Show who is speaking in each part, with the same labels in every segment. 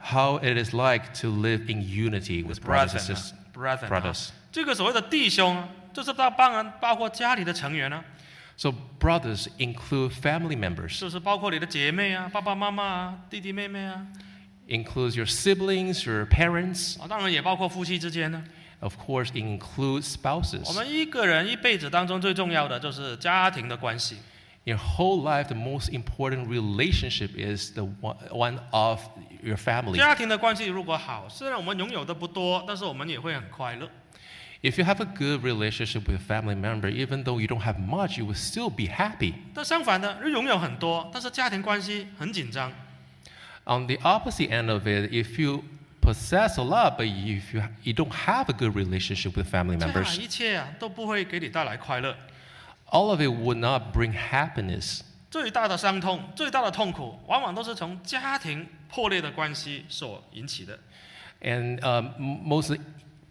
Speaker 1: how it is like to live in unity with brothers and sisters.
Speaker 2: brethren 啊 brethren 啊
Speaker 1: brothers
Speaker 2: 这个所谓的弟兄啊，就是包当然包括家里的成员呢、啊
Speaker 1: So brothers include family members,
Speaker 2: 是不是包括你的姐妹啊、爸爸妈妈啊、弟弟妹妹啊？
Speaker 1: includes your siblings, your parents.
Speaker 2: 啊，当然也包括夫妻之间呢、啊
Speaker 1: Of course, it includes
Speaker 2: 我
Speaker 1: spouses.
Speaker 2: 们一个人一辈子当中最重要的就是家庭的关系。
Speaker 1: Your whole life, the most important relationship is the one one of your family.
Speaker 2: 家庭的关系如果好，虽然我们拥有的不多，但是我们也会很快乐。
Speaker 1: If you have a good relationship with a family member, even though you don't have much, you will still be happy.
Speaker 2: 但相反的，拥有很多，但是家庭关系很紧张，
Speaker 1: On the opposite end of it, if you possess a lot, but if you, you don't have a good relationship with family
Speaker 2: 这
Speaker 1: members,
Speaker 2: 一切啊都不会给你带来快乐。
Speaker 1: all of it would not bring happiness.
Speaker 2: 最大的伤痛、最大的痛苦，往往都是从家庭破裂的关系所引起的。
Speaker 1: And um, m- mostly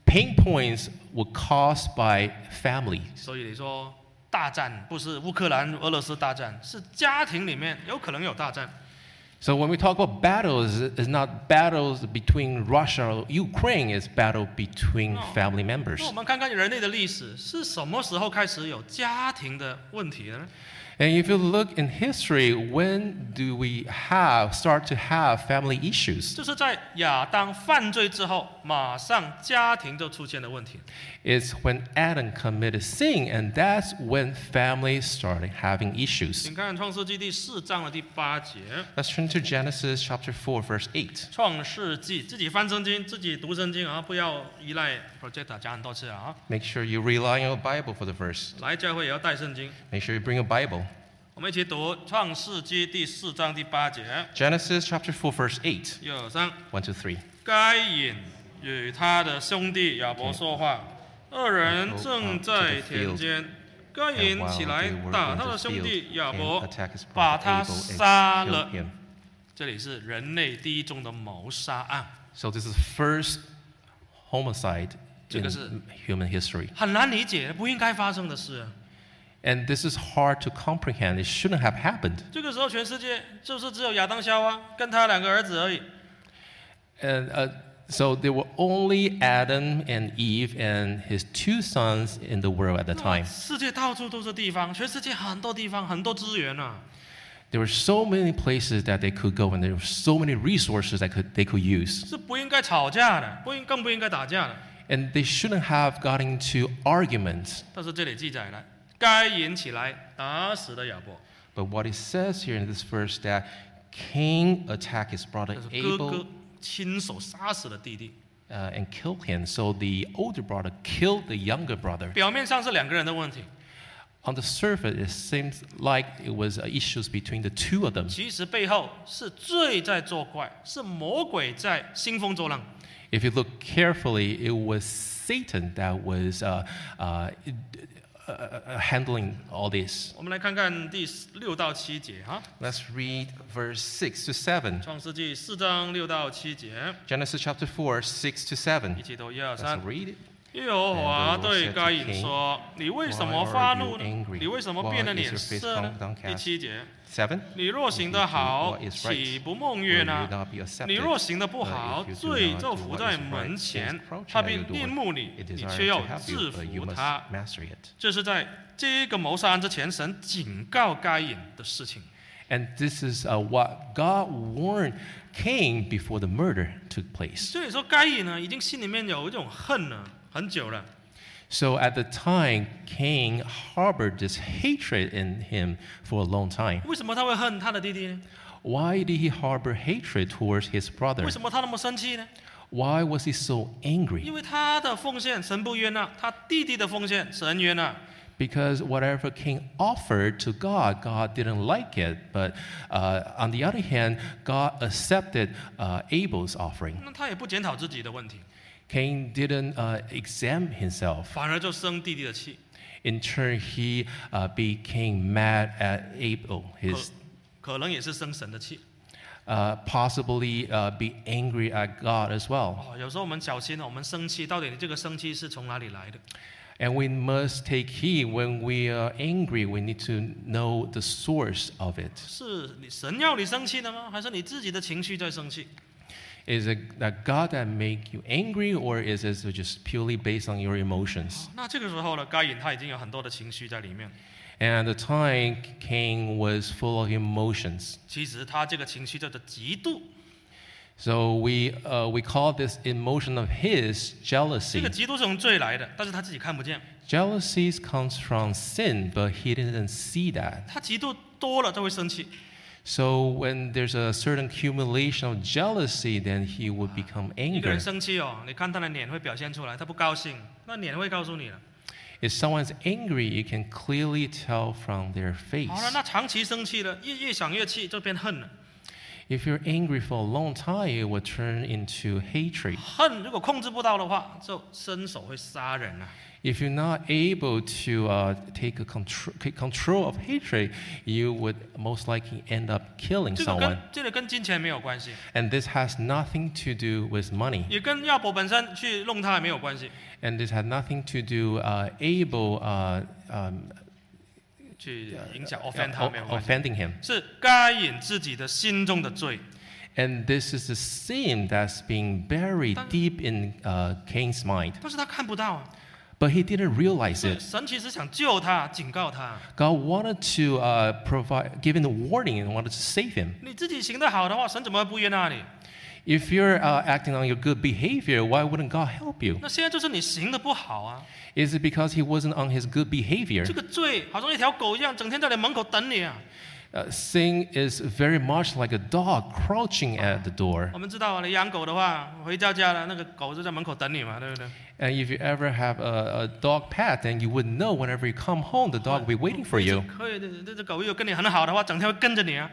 Speaker 1: pain points were caused by family.
Speaker 2: 所以你说大战不是乌克兰、俄罗斯大战，是家庭里面有可能有大战。
Speaker 1: So when we talk about battles, it- it's not battles between Russia or Ukraine, it's battle between
Speaker 2: No.
Speaker 1: family members.
Speaker 2: 那我们看看人类的历史，是什么时候开始有家庭的问题的呢？
Speaker 1: And if you look in history, when do we have start to have family issues?
Speaker 2: 就是在亚当犯罪之后，马上家庭就出现了问题。
Speaker 1: It's when Adam committed sin, and that's when families started having issues.
Speaker 2: 请看《创世纪》第四章的第八节，
Speaker 1: Let's turn to Genesis chapter 4, verse 8.
Speaker 2: 《创世纪》自己翻圣经，自己读圣经啊，不要依赖 projector 讲很多次了啊。
Speaker 1: Make sure you rely on your Bible for the verse.
Speaker 2: 来教会也要带圣经，
Speaker 1: Make sure you bring a Bible.
Speaker 2: 我们一起读《创世纪》第四章第八节，
Speaker 1: Genesis chapter 4, verse 8.
Speaker 2: 一二三。
Speaker 1: 1, 2, 3.
Speaker 2: 该隐与他的兄弟亚伯说话，二人正在田间。该隐起来打他的兄弟亚伯，把他杀了。这里是人类第一宗的谋杀案，
Speaker 1: So this is the first homicide in
Speaker 2: 这个是-
Speaker 1: human history.
Speaker 2: 很难理解，不应该发生的事啊。
Speaker 1: And this is hard to comprehend. It shouldn't have happened.
Speaker 2: 这个时候，全世界就是只有亚当夏娃跟他两个儿子而已，
Speaker 1: And uh, so there were only Adam and Eve and his two sons in the world at the
Speaker 2: 那
Speaker 1: time.
Speaker 2: 世界到处都是地方，全世界很多地方很多资源啊。
Speaker 1: There were so many places that they could go, and there were so many resources that could, they could use.
Speaker 2: 是不应该吵架的，不应更不应该打架的。
Speaker 1: And they shouldn't have gotten into arguments.
Speaker 2: 但是这里记载了，该隐起来打死了亚伯，
Speaker 1: But what it says here in this verse that Cain attacked his brother
Speaker 2: 就是哥
Speaker 1: Abel
Speaker 2: 哥亲手杀死了弟弟。
Speaker 1: uh, and killed him. So the older brother killed the younger brother.
Speaker 2: 表面上是两个人的问题，
Speaker 1: On the surface, it seems like it was uh, issues between the two of them.
Speaker 2: 其实背后是罪在作怪，是魔鬼在兴风作浪。
Speaker 1: If you look carefully, it was Satan that was uh, uh, d- uh, uh, handling all this.
Speaker 2: 我们来看看第六到七节哈，
Speaker 1: Let's read verse 6 to 7.
Speaker 2: 《创世纪》四章六到七节，
Speaker 1: Genesis chapter 4, 6 to
Speaker 2: 一
Speaker 1: 7.
Speaker 2: 起读一二
Speaker 1: Let's
Speaker 2: 三。
Speaker 1: read it.
Speaker 2: 耶和华对该隐说：“你为什么发怒
Speaker 1: Why are you
Speaker 2: 呢
Speaker 1: angry?？
Speaker 2: 你为什么变了脸色
Speaker 1: Why is your
Speaker 2: 呢
Speaker 1: face？” downcast?
Speaker 2: 第七节，
Speaker 1: 7.
Speaker 2: 你若行得
Speaker 1: If you do
Speaker 2: 好
Speaker 1: what，is right,
Speaker 2: 岂不梦
Speaker 1: Will
Speaker 2: 悦
Speaker 1: you
Speaker 2: 呢？
Speaker 1: not be accepted?
Speaker 2: 你若行的不
Speaker 1: But，if Uh,
Speaker 2: 好
Speaker 1: you do
Speaker 2: 罪
Speaker 1: not
Speaker 2: 就
Speaker 1: do
Speaker 2: 伏
Speaker 1: what
Speaker 2: 在
Speaker 1: is right,
Speaker 2: 门
Speaker 1: sins
Speaker 2: 前
Speaker 1: crouch，
Speaker 2: 他
Speaker 1: at your
Speaker 2: 必
Speaker 1: door.
Speaker 2: 恋慕你
Speaker 1: It，
Speaker 2: 你
Speaker 1: desires
Speaker 2: 却
Speaker 1: to
Speaker 2: 要
Speaker 1: have you, but
Speaker 2: 制服
Speaker 1: you must
Speaker 2: 他。
Speaker 1: master it.
Speaker 2: 这是在这个谋杀案之前，神警告该隐的事情。
Speaker 1: And this is uh, what God warned Cain before the murder took place.
Speaker 2: 所以说，该隐呢，已经心里面有一种恨了很久了。
Speaker 1: So at the time, Cain harbored this hatred in him for a long time.
Speaker 2: 为什么他会恨他的弟弟呢？
Speaker 1: Why did he harbor hatred towards his
Speaker 2: 为
Speaker 1: brother?
Speaker 2: 什么他那么生气呢？
Speaker 1: Why was he so
Speaker 2: 因
Speaker 1: angry?
Speaker 2: 为他的奉献神不冤呐、他弟弟的奉献神冤呐、
Speaker 1: Because whatever Cain offered to God, God didn't like it. But uh, on the other hand, God accepted uh, Abel's offering.
Speaker 2: 那他也不检讨自己的问题，
Speaker 1: Cain didn't uh, examine himself.
Speaker 2: 反而就生弟弟的气。
Speaker 1: In turn, he uh, became mad at Abel, his,
Speaker 2: 可能也是生神的气
Speaker 1: uh, possibly uh, be angry at God as well.
Speaker 2: 哦。有时候我们小心哦，我们生气，到底你这个生气是从哪里来的？
Speaker 1: And we must take heed when we are angry, we need to know the source of it.
Speaker 2: 是你神要你生气的吗？还是你自己的情绪在生气？
Speaker 1: Is it that God that make you angry, or is it just purely based on your emotions?
Speaker 2: 哦那这个时候呢，该隐他已经有很多的情绪在里面。
Speaker 1: And at the time Cain was full of emotions.
Speaker 2: 其实他这个情绪叫做嫉妒，
Speaker 1: So we uh, we call this emotion of his
Speaker 2: 这
Speaker 1: jealousy.
Speaker 2: 个嫉妒是从罪来的，但是他自己看不见。
Speaker 1: Jealousy comes from sin, but he didn't see that.
Speaker 2: 他嫉妒多了，他会生气。
Speaker 1: So when there's a certain accumulation of jealousy, then he would become
Speaker 2: 一
Speaker 1: angry.
Speaker 2: 个人生气哦，你看他的脸会表现出来，他不高兴，那脸会告诉你了。
Speaker 1: If someone's angry, you can clearly tell from their
Speaker 2: 好了，
Speaker 1: face.
Speaker 2: 那长期生气了，越越想越气，就变恨了。
Speaker 1: If you're angry for a long time, it will turn into hatred.
Speaker 2: 恨如果控制不到的话，就伸手会杀人啊。
Speaker 1: If you're not able to uh, take a contr- take control of hatred, you would most likely end up killing
Speaker 2: 这个跟
Speaker 1: someone.
Speaker 2: 这个跟金钱没有关系，
Speaker 1: And this has nothing to do with money.
Speaker 2: 也跟亚伯本身去弄他也没有关系。
Speaker 1: And this had nothing to do uh, Abel uh, um,
Speaker 2: 去影响 offend 他
Speaker 1: o-
Speaker 2: 没有关系，
Speaker 1: offending him.
Speaker 2: 是该隐自己的心中的罪。
Speaker 1: And this is the sin that's being buried
Speaker 2: Tan-
Speaker 1: deep in uh, Cain's mind.
Speaker 2: 但是他看不到啊，
Speaker 1: But he didn't realize
Speaker 2: 是
Speaker 1: it.
Speaker 2: 神其实想救他，警告他，
Speaker 1: God wanted to uh, provide, give him a warning and wanted to save him.
Speaker 2: 你自己行得好的话，神怎么会不悦纳你？
Speaker 1: If you're uh, acting on your good behavior, why wouldn't God help you?
Speaker 2: 那现在就是你行的不好啊，
Speaker 1: Is it because he wasn't on his good behavior?
Speaker 2: 这个罪好像一条狗一样，整天在你门口等你啊。
Speaker 1: Uh, sin is very much like a dog crouching at the door.
Speaker 2: 我们知道啊，你养狗的话，回到家了，那个狗就在门口等你嘛，对不对？
Speaker 1: And if you ever have a, a dog pet, then you would know whenever you come home, the dog will be waiting for you.
Speaker 2: 可以，这这只狗又跟你很好的话，整天会跟着你啊。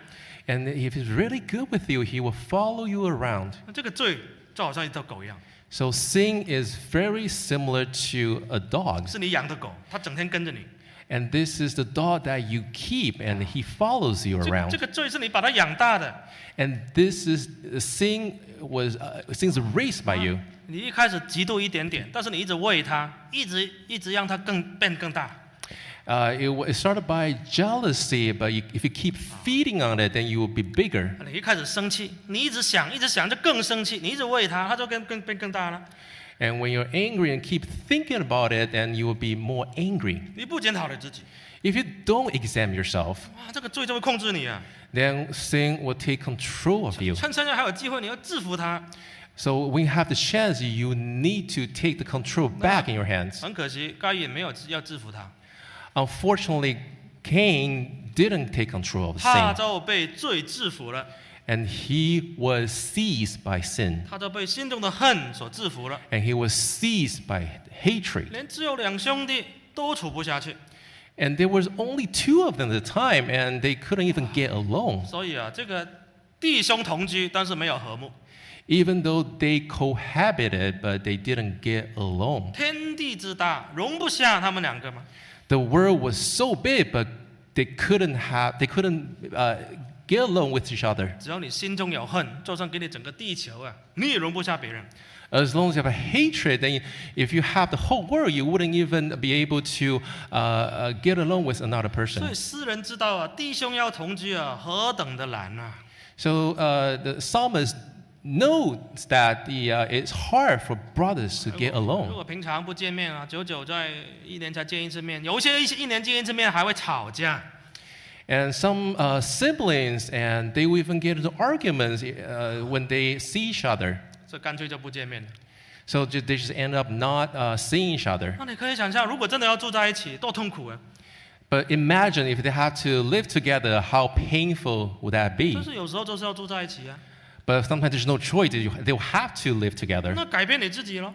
Speaker 1: And if he's really good with you, he will follow you around.
Speaker 2: 那这个罪就好像一条狗一样，
Speaker 1: So sin is very similar to a dog.
Speaker 2: 是你养的狗，它整天跟着你。
Speaker 1: And this is the dog that you keep, and he follows you
Speaker 2: 这
Speaker 1: around.
Speaker 2: 这个罪是你把它养大的，
Speaker 1: And this is sin was uh, sin's raised by you.
Speaker 2: 你一开始嫉妒一点点，但是你一直喂它，一直一直让它更变更大。
Speaker 1: Uh, it, wa- it started by jealousy, but you, if you keep feeding on it, then you will be bigger.
Speaker 2: 你一开始生气，你一直想，一直想就更生气，你一直喂它，它就更更变更大了。
Speaker 1: And when you're angry and keep thinking about it, then you will be more angry.
Speaker 2: 你不检讨你自己，
Speaker 1: If you don't examine yourself,
Speaker 2: 哇，这个罪就会控制你啊！
Speaker 1: then sin will take control of you.
Speaker 2: 趁现在还有机会，你要制服它。
Speaker 1: So when you have the chance, you need to take the control back in your hands.
Speaker 2: 很可惜，该隐没有要制服它，
Speaker 1: Unfortunately, Cain didn't take control of
Speaker 2: 他
Speaker 1: sin,
Speaker 2: 就被罪制服了，
Speaker 1: and he was seized by sin,
Speaker 2: 他就被心中的恨所制服了，
Speaker 1: and he was seized by hatred.
Speaker 2: 连只有两兄弟都处不下去。
Speaker 1: And there was only two of them at the time, and they couldn't even get along,
Speaker 2: 所以啊，这个弟兄同居，但是没有和睦，
Speaker 1: even though they cohabited, but they didn't get along.
Speaker 2: 天地之大，容不下他们两个嘛。
Speaker 1: The world was so big, but they couldn't have, they couldn't uh, get along with each other.
Speaker 2: 只要你心中有恨，就算给你整个地球啊，你也容不下别人。
Speaker 1: As long as you have a hatred, then if you have the whole world, you wouldn't even be able to uh, uh, get along with another
Speaker 2: 所以
Speaker 1: person.
Speaker 2: 诗人知道啊，弟兄要同居啊，何等的难啊！
Speaker 1: So uh, the psalmist knows that the, uh, it's hard for brothers to get
Speaker 2: 如
Speaker 1: along.
Speaker 2: 果平常不见面啊，久久在一年才见一次面，有一些一一年见一次面还会吵架。
Speaker 1: And some uh, siblings, and they will even get into arguments uh, when they see each other.
Speaker 2: 这干脆就不见面了。
Speaker 1: So ju- they just end up not uh, seeing each other.
Speaker 2: 那你可以想象，如果真的要住在一起，多痛苦啊！
Speaker 1: But imagine if they had to live together, how painful would that
Speaker 2: 就
Speaker 1: be?
Speaker 2: 是有时候就是要住在一起啊。
Speaker 1: But sometimes there's no choice, they they will have to live together.
Speaker 2: 那改变你自己咯。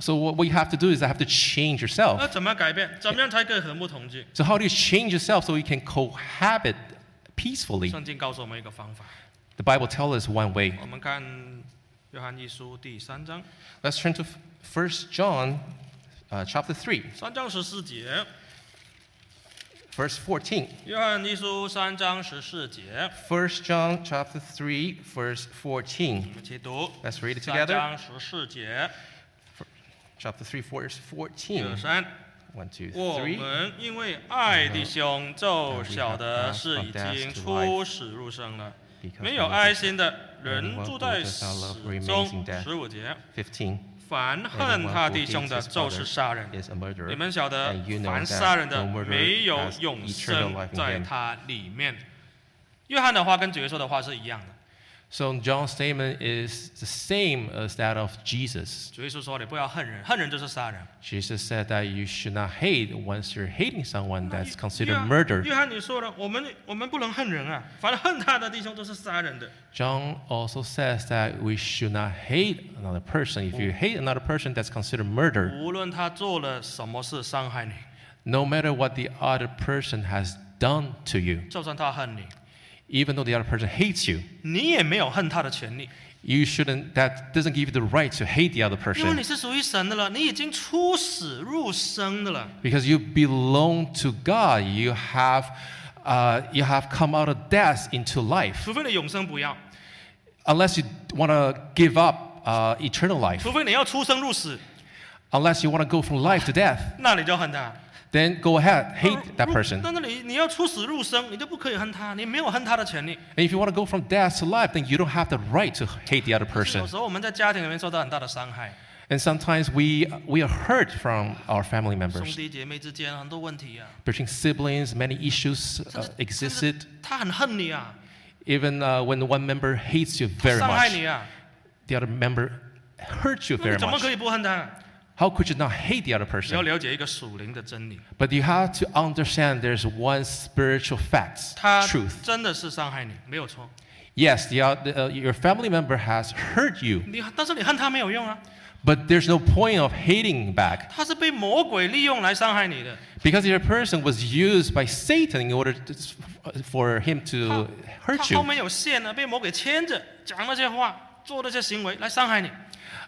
Speaker 1: So what what you have to do is you have to change
Speaker 2: 那
Speaker 1: yourself.
Speaker 2: 怎么改变？怎么样才可以和睦同居？
Speaker 1: So how do you change yourself so you can cohabit peacefully?
Speaker 2: 圣经告诉我们一个方法。
Speaker 1: The Bible tells us one way.
Speaker 2: 我们看约翰一书第三章，
Speaker 1: Let's turn to 1 John uh, chapter 3,
Speaker 2: 三章十四节。
Speaker 1: verse 14.
Speaker 2: 约翰一书三章十四节，
Speaker 1: 1 John chapter 3, verse 14.
Speaker 2: 我们起读。
Speaker 1: Let's read it
Speaker 2: 三
Speaker 1: together.
Speaker 2: 章十四节，
Speaker 1: Chapter 3, verse
Speaker 2: 一
Speaker 1: 14.
Speaker 2: 二三。
Speaker 1: One, two,
Speaker 2: 我
Speaker 1: three.
Speaker 2: 们因为爱弟兄，就晓得是已经出死入生了。
Speaker 1: because
Speaker 2: 没有
Speaker 1: religious-
Speaker 2: 爱心的人
Speaker 1: Anyone
Speaker 2: 住在
Speaker 1: who does
Speaker 2: 死
Speaker 1: not love remains in
Speaker 2: 中。
Speaker 1: death
Speaker 2: 十五节，
Speaker 1: 15.
Speaker 2: 凡
Speaker 1: Anyone
Speaker 2: 恨
Speaker 1: who
Speaker 2: 他弟兄
Speaker 1: hates
Speaker 2: 的，
Speaker 1: his
Speaker 2: 就
Speaker 1: brother
Speaker 2: 是杀人。
Speaker 1: is a murderer.
Speaker 2: 你们晓得
Speaker 1: And 哎 you，know
Speaker 2: 凡
Speaker 1: that
Speaker 2: 杀人的
Speaker 1: no murderer
Speaker 2: 没有
Speaker 1: has
Speaker 2: 永
Speaker 1: eternal
Speaker 2: 生
Speaker 1: life in
Speaker 2: 在
Speaker 1: him.
Speaker 2: 他里面。约翰的话跟主耶稣的话是一样的。
Speaker 1: So John's statement is the same as that of Jesus.
Speaker 2: 主耶稣说：“你不要恨人，恨人就是杀人。
Speaker 1: Jesus said that you should not hate. Once you're hating someone,
Speaker 2: 那
Speaker 1: that's
Speaker 2: 约”
Speaker 1: considered
Speaker 2: 约翰
Speaker 1: murder.
Speaker 2: 约翰你说了，我们我们不能恨人啊，凡恨他的弟兄都是杀人的。
Speaker 1: John also says that we should not hate another person. If you hate another person, that's considered murder.
Speaker 2: 无论他做了什么事伤害你，
Speaker 1: No matter what the other person has done to you,
Speaker 2: 就算他恨你，
Speaker 1: even though the other person hates you,
Speaker 2: 你也没有恨他的权利，
Speaker 1: you shouldn't. That doesn't give you the right to hate the other
Speaker 2: 因为
Speaker 1: person
Speaker 2: 你是属于神的了，你已经出死入生的了。
Speaker 1: because you belong to God. You have, uh, you have come out of death into life.
Speaker 2: 除非你永生不要，
Speaker 1: Unless you want to give up uh, eternal life,
Speaker 2: 除非你要出生入死，
Speaker 1: unless you want to go from life to death.
Speaker 2: 那你就恨他。
Speaker 1: then go ahead, hate
Speaker 2: 啊那
Speaker 1: that
Speaker 2: 如
Speaker 1: person.
Speaker 2: 但是你你要出死入生，你就不可以恨他，你没有恨他的权利。
Speaker 1: And if you want to go from death to life, then you don't have the right to hate the other
Speaker 2: 有
Speaker 1: person.
Speaker 2: 时候我们在家庭里面受到很大的伤害，
Speaker 1: And sometimes we, we are hurt from our family
Speaker 2: 兄
Speaker 1: members.
Speaker 2: 弟姐妹之间很多问题啊，
Speaker 1: Between siblings, many issues
Speaker 2: 甚
Speaker 1: uh,
Speaker 2: 至甚
Speaker 1: existed.
Speaker 2: 至他很恨你啊，
Speaker 1: Even uh, when one member hates you
Speaker 2: 他
Speaker 1: very
Speaker 2: 伤害
Speaker 1: much,
Speaker 2: 你啊，
Speaker 1: the other member hurts you
Speaker 2: 那你
Speaker 1: very
Speaker 2: 怎么可
Speaker 1: much.
Speaker 2: 以不恨他？
Speaker 1: How could you not hate the other
Speaker 2: 你
Speaker 1: person?
Speaker 2: 要了解一个属灵的真理，
Speaker 1: But you have to understand there's one spiritual fact,
Speaker 2: 他
Speaker 1: truth.
Speaker 2: 真的是伤害你，没有错。
Speaker 1: Yes, the, oth- uh, your family member has hurt you,
Speaker 2: 你但是你恨他没有用啊，
Speaker 1: but there's no point of hating back.
Speaker 2: 他是被魔鬼利用来伤害你的，
Speaker 1: Because your person was used by Satan in order to, for him to
Speaker 2: 他
Speaker 1: hurt
Speaker 2: 后
Speaker 1: you.
Speaker 2: 面有线呢，被魔鬼牵着，讲那些话，做那些行为来伤害你。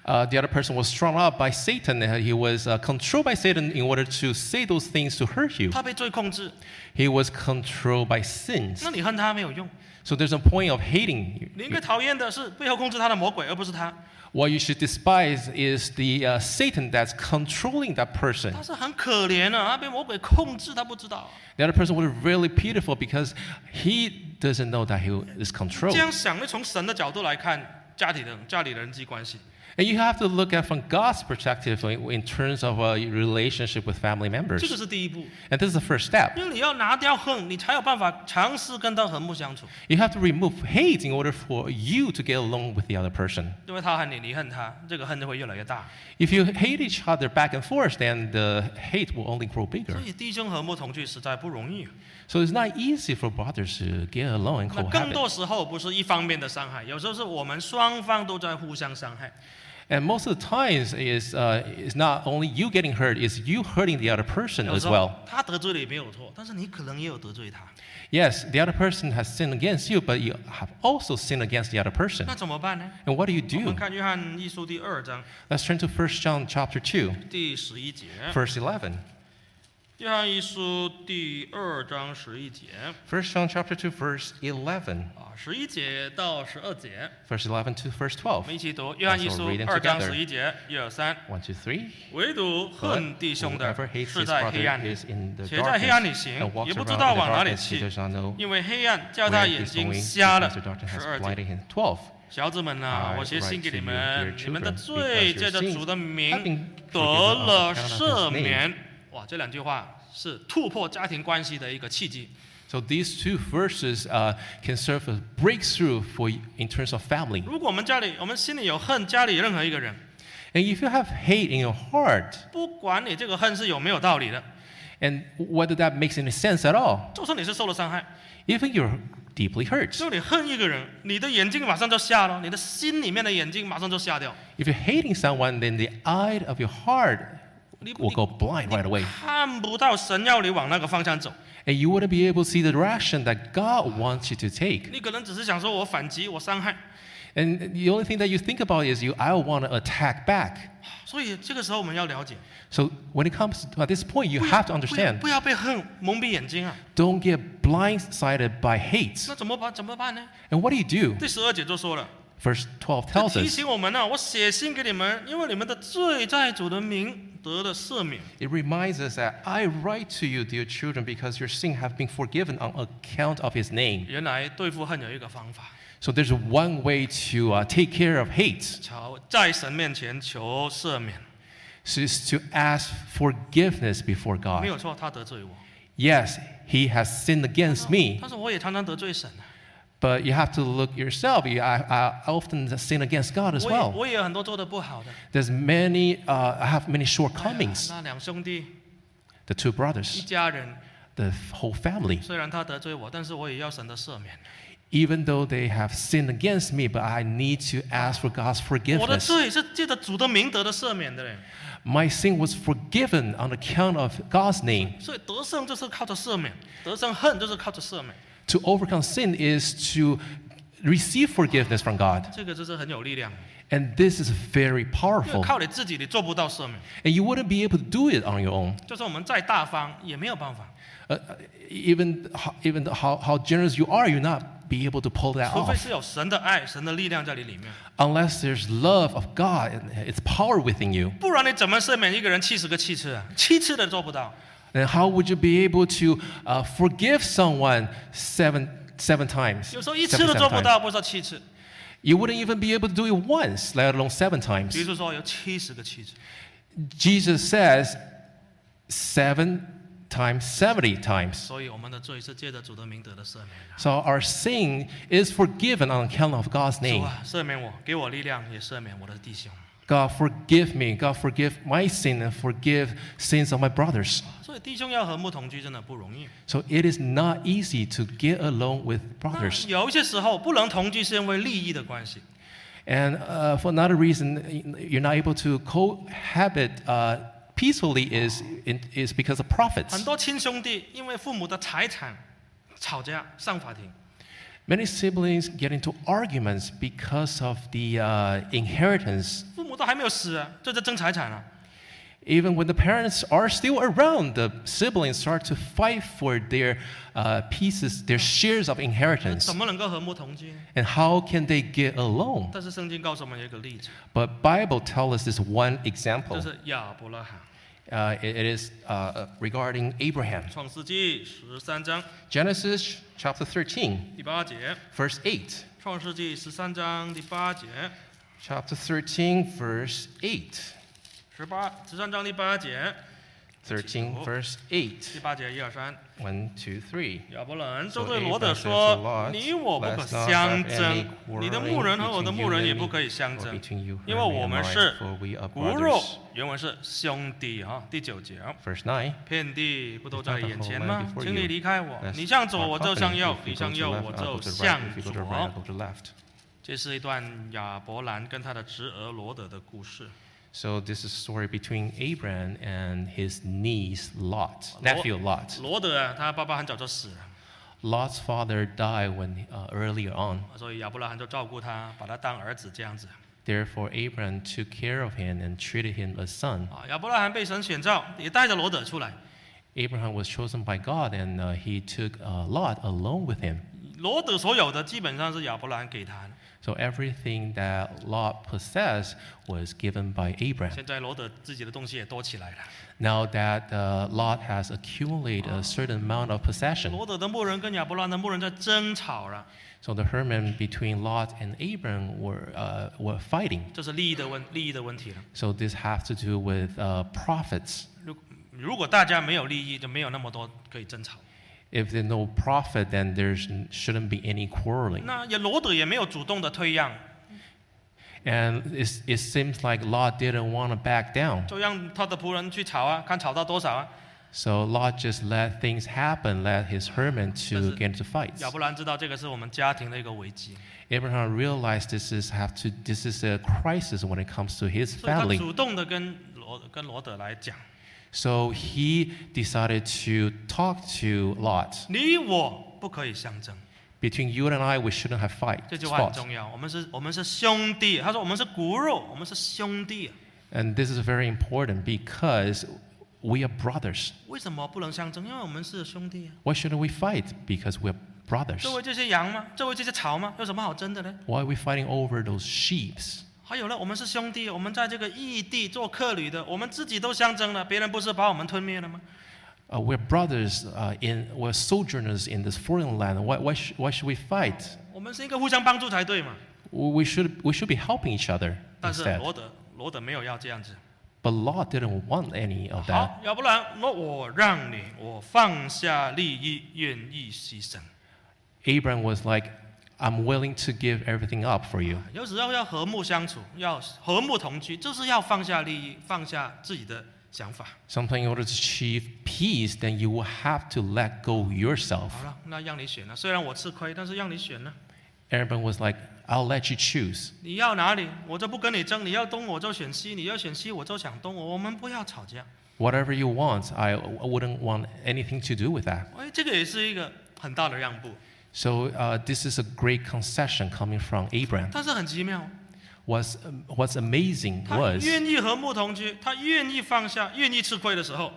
Speaker 1: Uh, the other person was strung up by Satan. and He was uh, controlled by Satan in order to say those things to hurt you.
Speaker 2: 他被罪控制，
Speaker 1: He was controlled by sins.
Speaker 2: 那你恨他没有用。
Speaker 1: So there's no point of hating
Speaker 2: 你应
Speaker 1: you.
Speaker 2: 该讨厌的是背后控制他的魔鬼，而不是他。
Speaker 1: What you should despise is the uh, Satan that's controlling that person.
Speaker 2: 他是很可怜啊，他被魔鬼控制，他不知道。啊
Speaker 1: The other person was really pitiful because he doesn't know that he is
Speaker 2: 这
Speaker 1: controlled.
Speaker 2: 样想，那从神的角度来看，家里人、家里人际关系，
Speaker 1: And you have to look at from God's perspective in in terms of uh, your relationship with family
Speaker 2: 这个
Speaker 1: members.
Speaker 2: 是第一步，
Speaker 1: And this is the first step.
Speaker 2: 因为你要拿掉恨，你才有办法尝试跟他和睦相处。
Speaker 1: You have to remove hate in order for you to get along with the other person.
Speaker 2: 因为他恨你，你恨他，这个恨就会越来越大。
Speaker 1: If you hate each other back and forth, then the hate will only grow
Speaker 2: 所
Speaker 1: bigger.
Speaker 2: 以弟兄和睦同居实在不容易。
Speaker 1: So it's not easy for brothers to get along and
Speaker 2: 那更
Speaker 1: cohabit.
Speaker 2: 多时候不是一方面的伤害，有时候是我们双方都在互相伤害。
Speaker 1: And most of the times, it's, uh, it's not only you getting hurt, it's you hurting the other person
Speaker 2: 有
Speaker 1: as
Speaker 2: 时候
Speaker 1: well.
Speaker 2: 他得罪了也没有错，但是你可能也有得罪他，
Speaker 1: Yes, the other person has sinned against you, but you have also sinned against the other person.
Speaker 2: 那怎么办呢？
Speaker 1: And what do you
Speaker 2: 我们
Speaker 1: do?
Speaker 2: 看约翰一书第二章
Speaker 1: Let's turn to 1 John chapter 2,
Speaker 2: 第十一节。
Speaker 1: verse 11.
Speaker 2: 约翰一书第二章十一节
Speaker 1: 1 John chapter 2, verse 11.
Speaker 2: 啊，十一节到十二节，
Speaker 1: Verse 11 to verse
Speaker 2: 我们
Speaker 1: 12.
Speaker 2: 一起读约翰一书
Speaker 1: reading
Speaker 2: 二章
Speaker 1: together.
Speaker 2: 十一节，一二三。
Speaker 1: 1, 2, 3.
Speaker 2: 唯独
Speaker 1: But
Speaker 2: 恨弟兄的
Speaker 1: whoever hates
Speaker 2: 是
Speaker 1: his
Speaker 2: 在黑
Speaker 1: brother
Speaker 2: 暗里，
Speaker 1: is in the
Speaker 2: 且在黑暗里
Speaker 1: darkness
Speaker 2: 行
Speaker 1: and，walks
Speaker 2: 也
Speaker 1: around
Speaker 2: 不
Speaker 1: in
Speaker 2: 知
Speaker 1: the
Speaker 2: 道往哪里
Speaker 1: darkness. He
Speaker 2: 去
Speaker 1: does，not know
Speaker 2: 因为黑暗叫他
Speaker 1: where
Speaker 2: 眼
Speaker 1: he's going
Speaker 2: 睛
Speaker 1: because
Speaker 2: 瞎了
Speaker 1: the。darkness
Speaker 2: 十
Speaker 1: has
Speaker 2: 二节，
Speaker 1: blinded him. 12.
Speaker 2: 小子们啊，
Speaker 1: I
Speaker 2: 我写信给你
Speaker 1: write
Speaker 2: 们
Speaker 1: to you, dear，
Speaker 2: 你们的
Speaker 1: children，
Speaker 2: 罪
Speaker 1: because
Speaker 2: 借着
Speaker 1: your
Speaker 2: 主的
Speaker 1: sins
Speaker 2: 名
Speaker 1: have been
Speaker 2: 得
Speaker 1: forgiven
Speaker 2: 了
Speaker 1: on account of his
Speaker 2: 赦
Speaker 1: name
Speaker 2: 免。哇，这两句话是突破家庭关系的一个契机。
Speaker 1: So these two verses uh, can serve as breakthrough for you in terms of family.
Speaker 2: 如果我们家里，我们心里有恨，家里任何一个人，
Speaker 1: And if you have hate in your heart,
Speaker 2: 不管你这个恨是有没有道理的，
Speaker 1: and whether that makes any sense at all,
Speaker 2: 就算你是受了伤害，
Speaker 1: even you're deeply hurt.
Speaker 2: 只有你恨一个人，你的眼睛马上就瞎了，你的心里面的眼睛马上就瞎掉。
Speaker 1: If you're hating someone, then the eye of your heart
Speaker 2: 你
Speaker 1: will
Speaker 2: 你
Speaker 1: go blind right away.
Speaker 2: 看不到神要你往那个方向走，
Speaker 1: And you wouldn't be able to see the direction that God wants you to take.
Speaker 2: 你可能只是想说我反击，我伤害。
Speaker 1: And the only thing that you think about is you, I want to attack back.
Speaker 2: 所以这个时候我们要了解，
Speaker 1: So when it comes to at this point, you have to
Speaker 2: 不要
Speaker 1: understand,
Speaker 2: 不要被恨蒙蔽眼睛啊！
Speaker 1: don't get blindsided by hate.
Speaker 2: 那怎么办？怎么办呢？
Speaker 1: And what do you do?
Speaker 2: 第十二节就说了，
Speaker 1: Verse 12 tells
Speaker 2: 提
Speaker 1: us,
Speaker 2: 醒我们呢、我写信给你们，因为你们的罪在主的名得的赦免。
Speaker 1: It reminds us that I write to you, dear children, because your sins have been forgiven on account of his name.
Speaker 2: 原来对付恨有一个方法，
Speaker 1: So there's one way to uh, take care of hate
Speaker 2: 求在神面前求赦免，
Speaker 1: so is to ask forgiveness before
Speaker 2: 没
Speaker 1: God.
Speaker 2: 有错，他得罪我。
Speaker 1: Yes, he has sinned against me,
Speaker 2: 但是我也常常得罪神啊，
Speaker 1: but you have to look yourself. You- I, I often sin against God as
Speaker 2: 我也
Speaker 1: well.
Speaker 2: 我也有很多做的不好的。
Speaker 1: There's many, uh, I have many
Speaker 2: 哎呀
Speaker 1: shortcomings.
Speaker 2: 那两兄弟
Speaker 1: The two
Speaker 2: 一
Speaker 1: brothers,
Speaker 2: 家人，
Speaker 1: the whole family,
Speaker 2: 虽然他得罪我，但是我也要神的赦免。
Speaker 1: even though they have sinned against me, but I need to ask for God's
Speaker 2: 我的
Speaker 1: forgiveness.
Speaker 2: 罪是借着主的名得的赦免的嘞，
Speaker 1: My sin was forgiven on account of God's name.
Speaker 2: 所以得胜就是靠着赦免，得胜恨就是靠着赦免，
Speaker 1: To overcome sin is to receive forgiveness from God.
Speaker 2: 这个就是很有力
Speaker 1: Oh
Speaker 2: 量的。
Speaker 1: And this is very
Speaker 2: 因为
Speaker 1: powerful.
Speaker 2: 靠你自己，你做不到赦免。
Speaker 1: And you wouldn't be able to do it on your own.
Speaker 2: 就算我们再大方，也没有办法，
Speaker 1: Uh, uh, even ho- even how, how generous you are, you'll not be able to pull that
Speaker 2: 除非
Speaker 1: off.
Speaker 2: 是有神的爱、神的力量在你里面，
Speaker 1: Unless there's love of God and its power within you.
Speaker 2: 不然你怎么赦免一个人七十个七次啊？七次都做不到。
Speaker 1: Then how would you be able to uh, forgive someone seven, seven times?
Speaker 2: 有时候一
Speaker 1: Seven-
Speaker 2: 次都
Speaker 1: seven
Speaker 2: 做不
Speaker 1: times.
Speaker 2: 到，不说七次。
Speaker 1: You wouldn't even be able to do it once, let alone seven times.
Speaker 2: 耶稣说有七十个妻子，
Speaker 1: Jesus says seven times, 70 times.
Speaker 2: 所以我们的罪是借着主的名得的赦免。
Speaker 1: So our sin is forgiven on account of God's
Speaker 2: 主
Speaker 1: name.
Speaker 2: 啊，赦免我，给我力量，也赦免我的弟兄。
Speaker 1: God, forgive me. God, forgive my sin and forgive sins of my brothers.
Speaker 2: 所以弟兄要和睦同居真的不容易。
Speaker 1: So it is not easy to get along with
Speaker 2: 那
Speaker 1: brothers.
Speaker 2: 有一些时候不能同居是因为利益的关系，
Speaker 1: And uh, for another reason, you're not able to cohabit uh, peacefully is, is because of
Speaker 2: 很
Speaker 1: profits.
Speaker 2: 多亲兄弟因为父母的财产吵架上法庭，
Speaker 1: Many siblings get into arguments because of the uh, inheritance
Speaker 2: 父母都还没有死啊，这就争财产了、
Speaker 1: Even when the parents are still around, the siblings start to fight for their uh, pieces, their shares of
Speaker 2: 怎
Speaker 1: inheritance.
Speaker 2: 么能够和睦同居呢？
Speaker 1: And how can they get along?
Speaker 2: 但是圣经告诉我们有一个例子，
Speaker 1: But Bible tells us this one
Speaker 2: 就
Speaker 1: example.
Speaker 2: 是亚伯拉罕，
Speaker 1: Uh, it- it is uh, regarding Abraham.
Speaker 2: 创世纪十三章
Speaker 1: Genesis chapter 13,
Speaker 2: 第八节，
Speaker 1: verse 8.
Speaker 2: 创世纪十三章第八节，
Speaker 1: Chapter 13, verse 8.
Speaker 2: 十八十三章第八节，
Speaker 1: 13,
Speaker 2: Oh.
Speaker 1: verse
Speaker 2: 第
Speaker 1: 8.
Speaker 2: 八节一二三，
Speaker 1: 1, 2, 3.
Speaker 2: 亚伯兰
Speaker 1: So
Speaker 2: 就对罗德
Speaker 1: Abraham said to
Speaker 2: 说
Speaker 1: Lot,：“
Speaker 2: 你我不
Speaker 1: "Let's
Speaker 2: 可
Speaker 1: not
Speaker 2: 相
Speaker 1: have
Speaker 2: 争
Speaker 1: any，quarreling
Speaker 2: 你的牧人和我的
Speaker 1: between
Speaker 2: 牧
Speaker 1: you
Speaker 2: 人
Speaker 1: and
Speaker 2: 也不
Speaker 1: me,
Speaker 2: 可以相
Speaker 1: or
Speaker 2: 争
Speaker 1: between you,，
Speaker 2: 因为我们
Speaker 1: Herman and I,
Speaker 2: 是
Speaker 1: for we are
Speaker 2: 骨肉
Speaker 1: brothers。”
Speaker 2: 原文是兄弟啊。第九节啊，
Speaker 1: Verse 9.
Speaker 2: 遍地不都在眼前吗
Speaker 1: It's not the whole land？before you.
Speaker 2: 请你离开我，
Speaker 1: Let's
Speaker 2: 你向左
Speaker 1: our
Speaker 2: 我就向
Speaker 1: company.
Speaker 2: 右
Speaker 1: If，we
Speaker 2: 你
Speaker 1: go
Speaker 2: 向
Speaker 1: to
Speaker 2: 右
Speaker 1: left,
Speaker 2: 我
Speaker 1: I'll
Speaker 2: 就
Speaker 1: go to the
Speaker 2: 向
Speaker 1: right. If you go to the right,
Speaker 2: 左
Speaker 1: I'll。go to the left.
Speaker 2: 这是一段亚伯兰跟他的侄儿罗德的故事。
Speaker 1: So this is a story between Abraham and his niece Lot, nephew Lot.
Speaker 2: 罗德啊，他爸爸很早就死了，
Speaker 1: Lot's father died when uh, earlier on.
Speaker 2: 所以亚伯拉罕就照顾他，把他当儿子这样子。
Speaker 1: Therefore, Abraham took care of him and treated him as son.
Speaker 2: 啊，亚伯拉罕被神选召，也带着罗德出来。
Speaker 1: Abraham was chosen by God, and uh, he took uh, Lot along with him.
Speaker 2: 罗德所有的基本上是亚伯拉罕给他的。
Speaker 1: So everything that Lot possessed was given by Abraham.
Speaker 2: 现在罗德自己的东西也多起来了。
Speaker 1: Now that uh, Lot has accumulated a certain amount of possession,
Speaker 2: 罗德的牧人跟亚伯拉罕的牧人在争吵了，
Speaker 1: so the hermit between Lot and Abraham were, uh, were fighting.
Speaker 2: 这是利益的问利益的问题了。
Speaker 1: So this has to do with uh, profits.
Speaker 2: 如如果大家没有利益，就没有那么多可以争吵。
Speaker 1: If there's no profit, then there shouldn't be any quarreling.
Speaker 2: 那也罗德也没有主动的退让，
Speaker 1: And it's, it seems like Lot didn't want to back down.
Speaker 2: 就让他的仆人去吵啊，看吵到多少啊。
Speaker 1: So Lot just let things happen, let his hermit to
Speaker 2: Doesn't-
Speaker 1: get into fights.
Speaker 2: 亚伯兰知道这个是我们家庭的一个危机，
Speaker 1: Abraham realized this is have to this is a crisis when it comes to his
Speaker 2: 所以他
Speaker 1: family.
Speaker 2: 主动的跟罗跟罗德来讲，
Speaker 1: So he decided to talk to Lot.
Speaker 2: 你我不可以相争，
Speaker 1: Between you and I, we shouldn't have fight.
Speaker 2: 这句话很
Speaker 1: fought.
Speaker 2: 重要。我们是我们是兄弟，他说我们是骨肉，我们是兄弟啊、
Speaker 1: And this is very important because we are brothers.
Speaker 2: 为什么不能相争？因为我们是兄弟啊。
Speaker 1: Why shouldn't we fight? Because we're brothers.
Speaker 2: 周围这些羊吗？周围这些草吗？有什么好争的呢？
Speaker 1: Why are we fighting over those sheep?
Speaker 2: 还有呢，我们是兄弟，我们在这个异地做客旅的，我们自己都相争了，别人不是把我们吞灭了吗？
Speaker 1: Uh, we're brothers uh, in, we're sojourners in this foreign land. Why, why, sh- why should we fight?
Speaker 2: 我们是应该互相帮助才对嘛。
Speaker 1: We should, we should be helping each other
Speaker 2: 但是
Speaker 1: instead.
Speaker 2: 罗德罗德没有要这样子。
Speaker 1: But Lot didn't want any of
Speaker 2: 好
Speaker 1: that.，
Speaker 2: 要不然那我让你，我放下利益，愿意牺牲。
Speaker 1: Abram was like, I'm willing to give everything up for you.
Speaker 2: 有时候要和睦相处，要和睦同居，就是要放下利益，放下自己的想法。
Speaker 1: Sometimes, in order to achieve peace, then you will have to let go yourself.
Speaker 2: 好了，那让你选了，虽然我吃亏，但是让你选了，
Speaker 1: Abram was like, I'll let you choose.
Speaker 2: 你要哪里，我就不跟你争。你要东，我就选西；你要选西，我就想东。我们不要吵架。
Speaker 1: Whatever you want, I I wouldn't want anything to do with that.
Speaker 2: 哎，这个也是一个很大的让步，
Speaker 1: So uh, this is a great concession coming from Abram.
Speaker 2: 但是很奇妙，
Speaker 1: What's, what's amazing
Speaker 2: 他
Speaker 1: was
Speaker 2: 愿意和睦同居，他愿意放下，愿意吃亏的时候，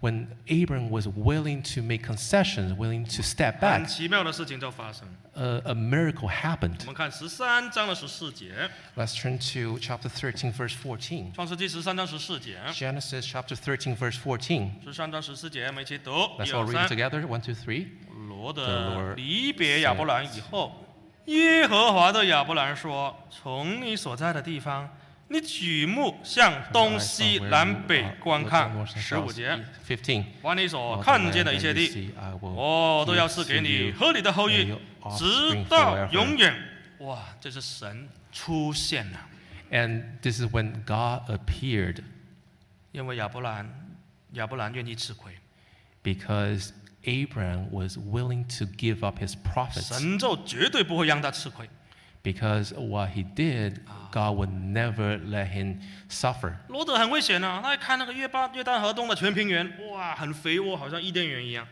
Speaker 1: when Abram was willing to make concessions, willing to step
Speaker 2: 很
Speaker 1: back,
Speaker 2: 奇妙的事情就发生。
Speaker 1: a, a miracle
Speaker 2: 我
Speaker 1: happened.
Speaker 2: 们看十三章的十四节，
Speaker 1: Let's turn to chapter 13, verse 14.
Speaker 2: 创世纪十三章十四节，
Speaker 1: Genesis chapter 13, verse 14.
Speaker 2: 十三章十四节，我们一起读，一
Speaker 1: Let's all
Speaker 2: 二
Speaker 1: read it
Speaker 2: 三。
Speaker 1: together. One, two, three.
Speaker 2: 罗
Speaker 1: 德
Speaker 2: 德
Speaker 1: 罗
Speaker 2: 离别亚伯兰以后，耶和华对亚伯兰说：“从你所在的地方，你举目向东西南北观看。”十五节，
Speaker 1: 15.
Speaker 2: 把你所看见的一切地，我都要赐给你和你的后裔，直到永远。哇，这是神出现了，
Speaker 1: And this is when God appeared
Speaker 2: 因为亚伯兰，亚伯兰愿意吃亏，
Speaker 1: because Abram was willing to give up his profits
Speaker 2: 神就绝对不会让他吃亏。
Speaker 1: because what he did, God would never let him suffer.
Speaker 2: 罗德很危险啊！他一看那个约巴约旦河东的全平原，哇，很肥沃，好像伊甸园一样。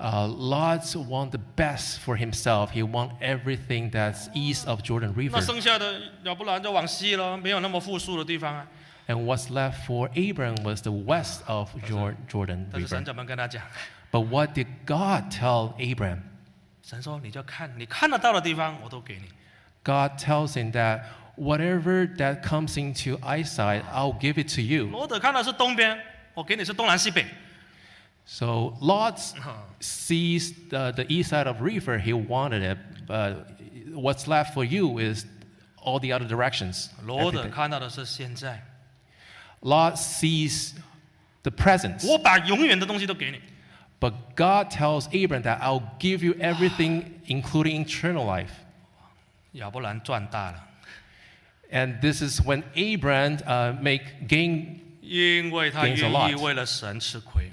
Speaker 1: Uh, Lot want the best for himself. He want everything that's east of Jordan
Speaker 2: 那
Speaker 1: River.
Speaker 2: 剩下的要不然就往西了，没有那么富庶的地方啊。
Speaker 1: And what's left for Abram was the west of Jor- Jordan
Speaker 2: 但是
Speaker 1: River.
Speaker 2: 神怎么跟他讲？
Speaker 1: But what did God tell Abram?
Speaker 2: 神说：“你就看你看得到的地方，我都给你。
Speaker 1: God tells him that whatever that comes into eyesight, I'll give it to ” you.
Speaker 2: 罗德看的是东边，我给你是东南西北。
Speaker 1: So Lot
Speaker 2: 啊
Speaker 1: sees the, the east side of river. He wanted it, but what's left for you is all the other directions.
Speaker 2: 罗德
Speaker 1: everything.
Speaker 2: 看到的是现在，
Speaker 1: Lot sees the presence,
Speaker 2: 我把永远的东西都给你。
Speaker 1: but God tells Abram that I'll give you everything, including eternal life.
Speaker 2: 亚伯兰赚大了，
Speaker 1: And this is when Abram uh, make gain
Speaker 2: 因为他
Speaker 1: Gains a lot
Speaker 2: 愿意为了神吃亏，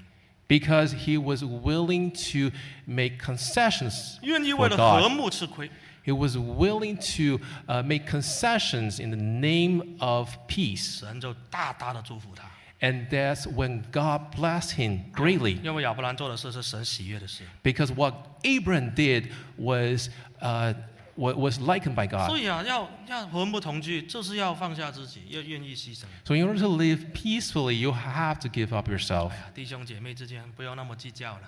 Speaker 1: because he was willing to make concessions
Speaker 2: 愿意
Speaker 1: for
Speaker 2: 为了和
Speaker 1: God.
Speaker 2: 睦吃亏。
Speaker 1: He was willing to uh, make concessions in the name of peace.
Speaker 2: 神就大大的祝福他，
Speaker 1: And that's when God blessed him greatly.
Speaker 2: 因为亚伯兰做的事是神喜悦的事。
Speaker 1: Because what Abram did was, uh, wa- was likened by
Speaker 2: 所
Speaker 1: God.
Speaker 2: 以啊，要要和睦同居，就是要放下自己，要愿意牺牲。啊
Speaker 1: So, in order to live peacefully, you have to give up yourself.
Speaker 2: 弟兄姐妹之间不要那么计较了。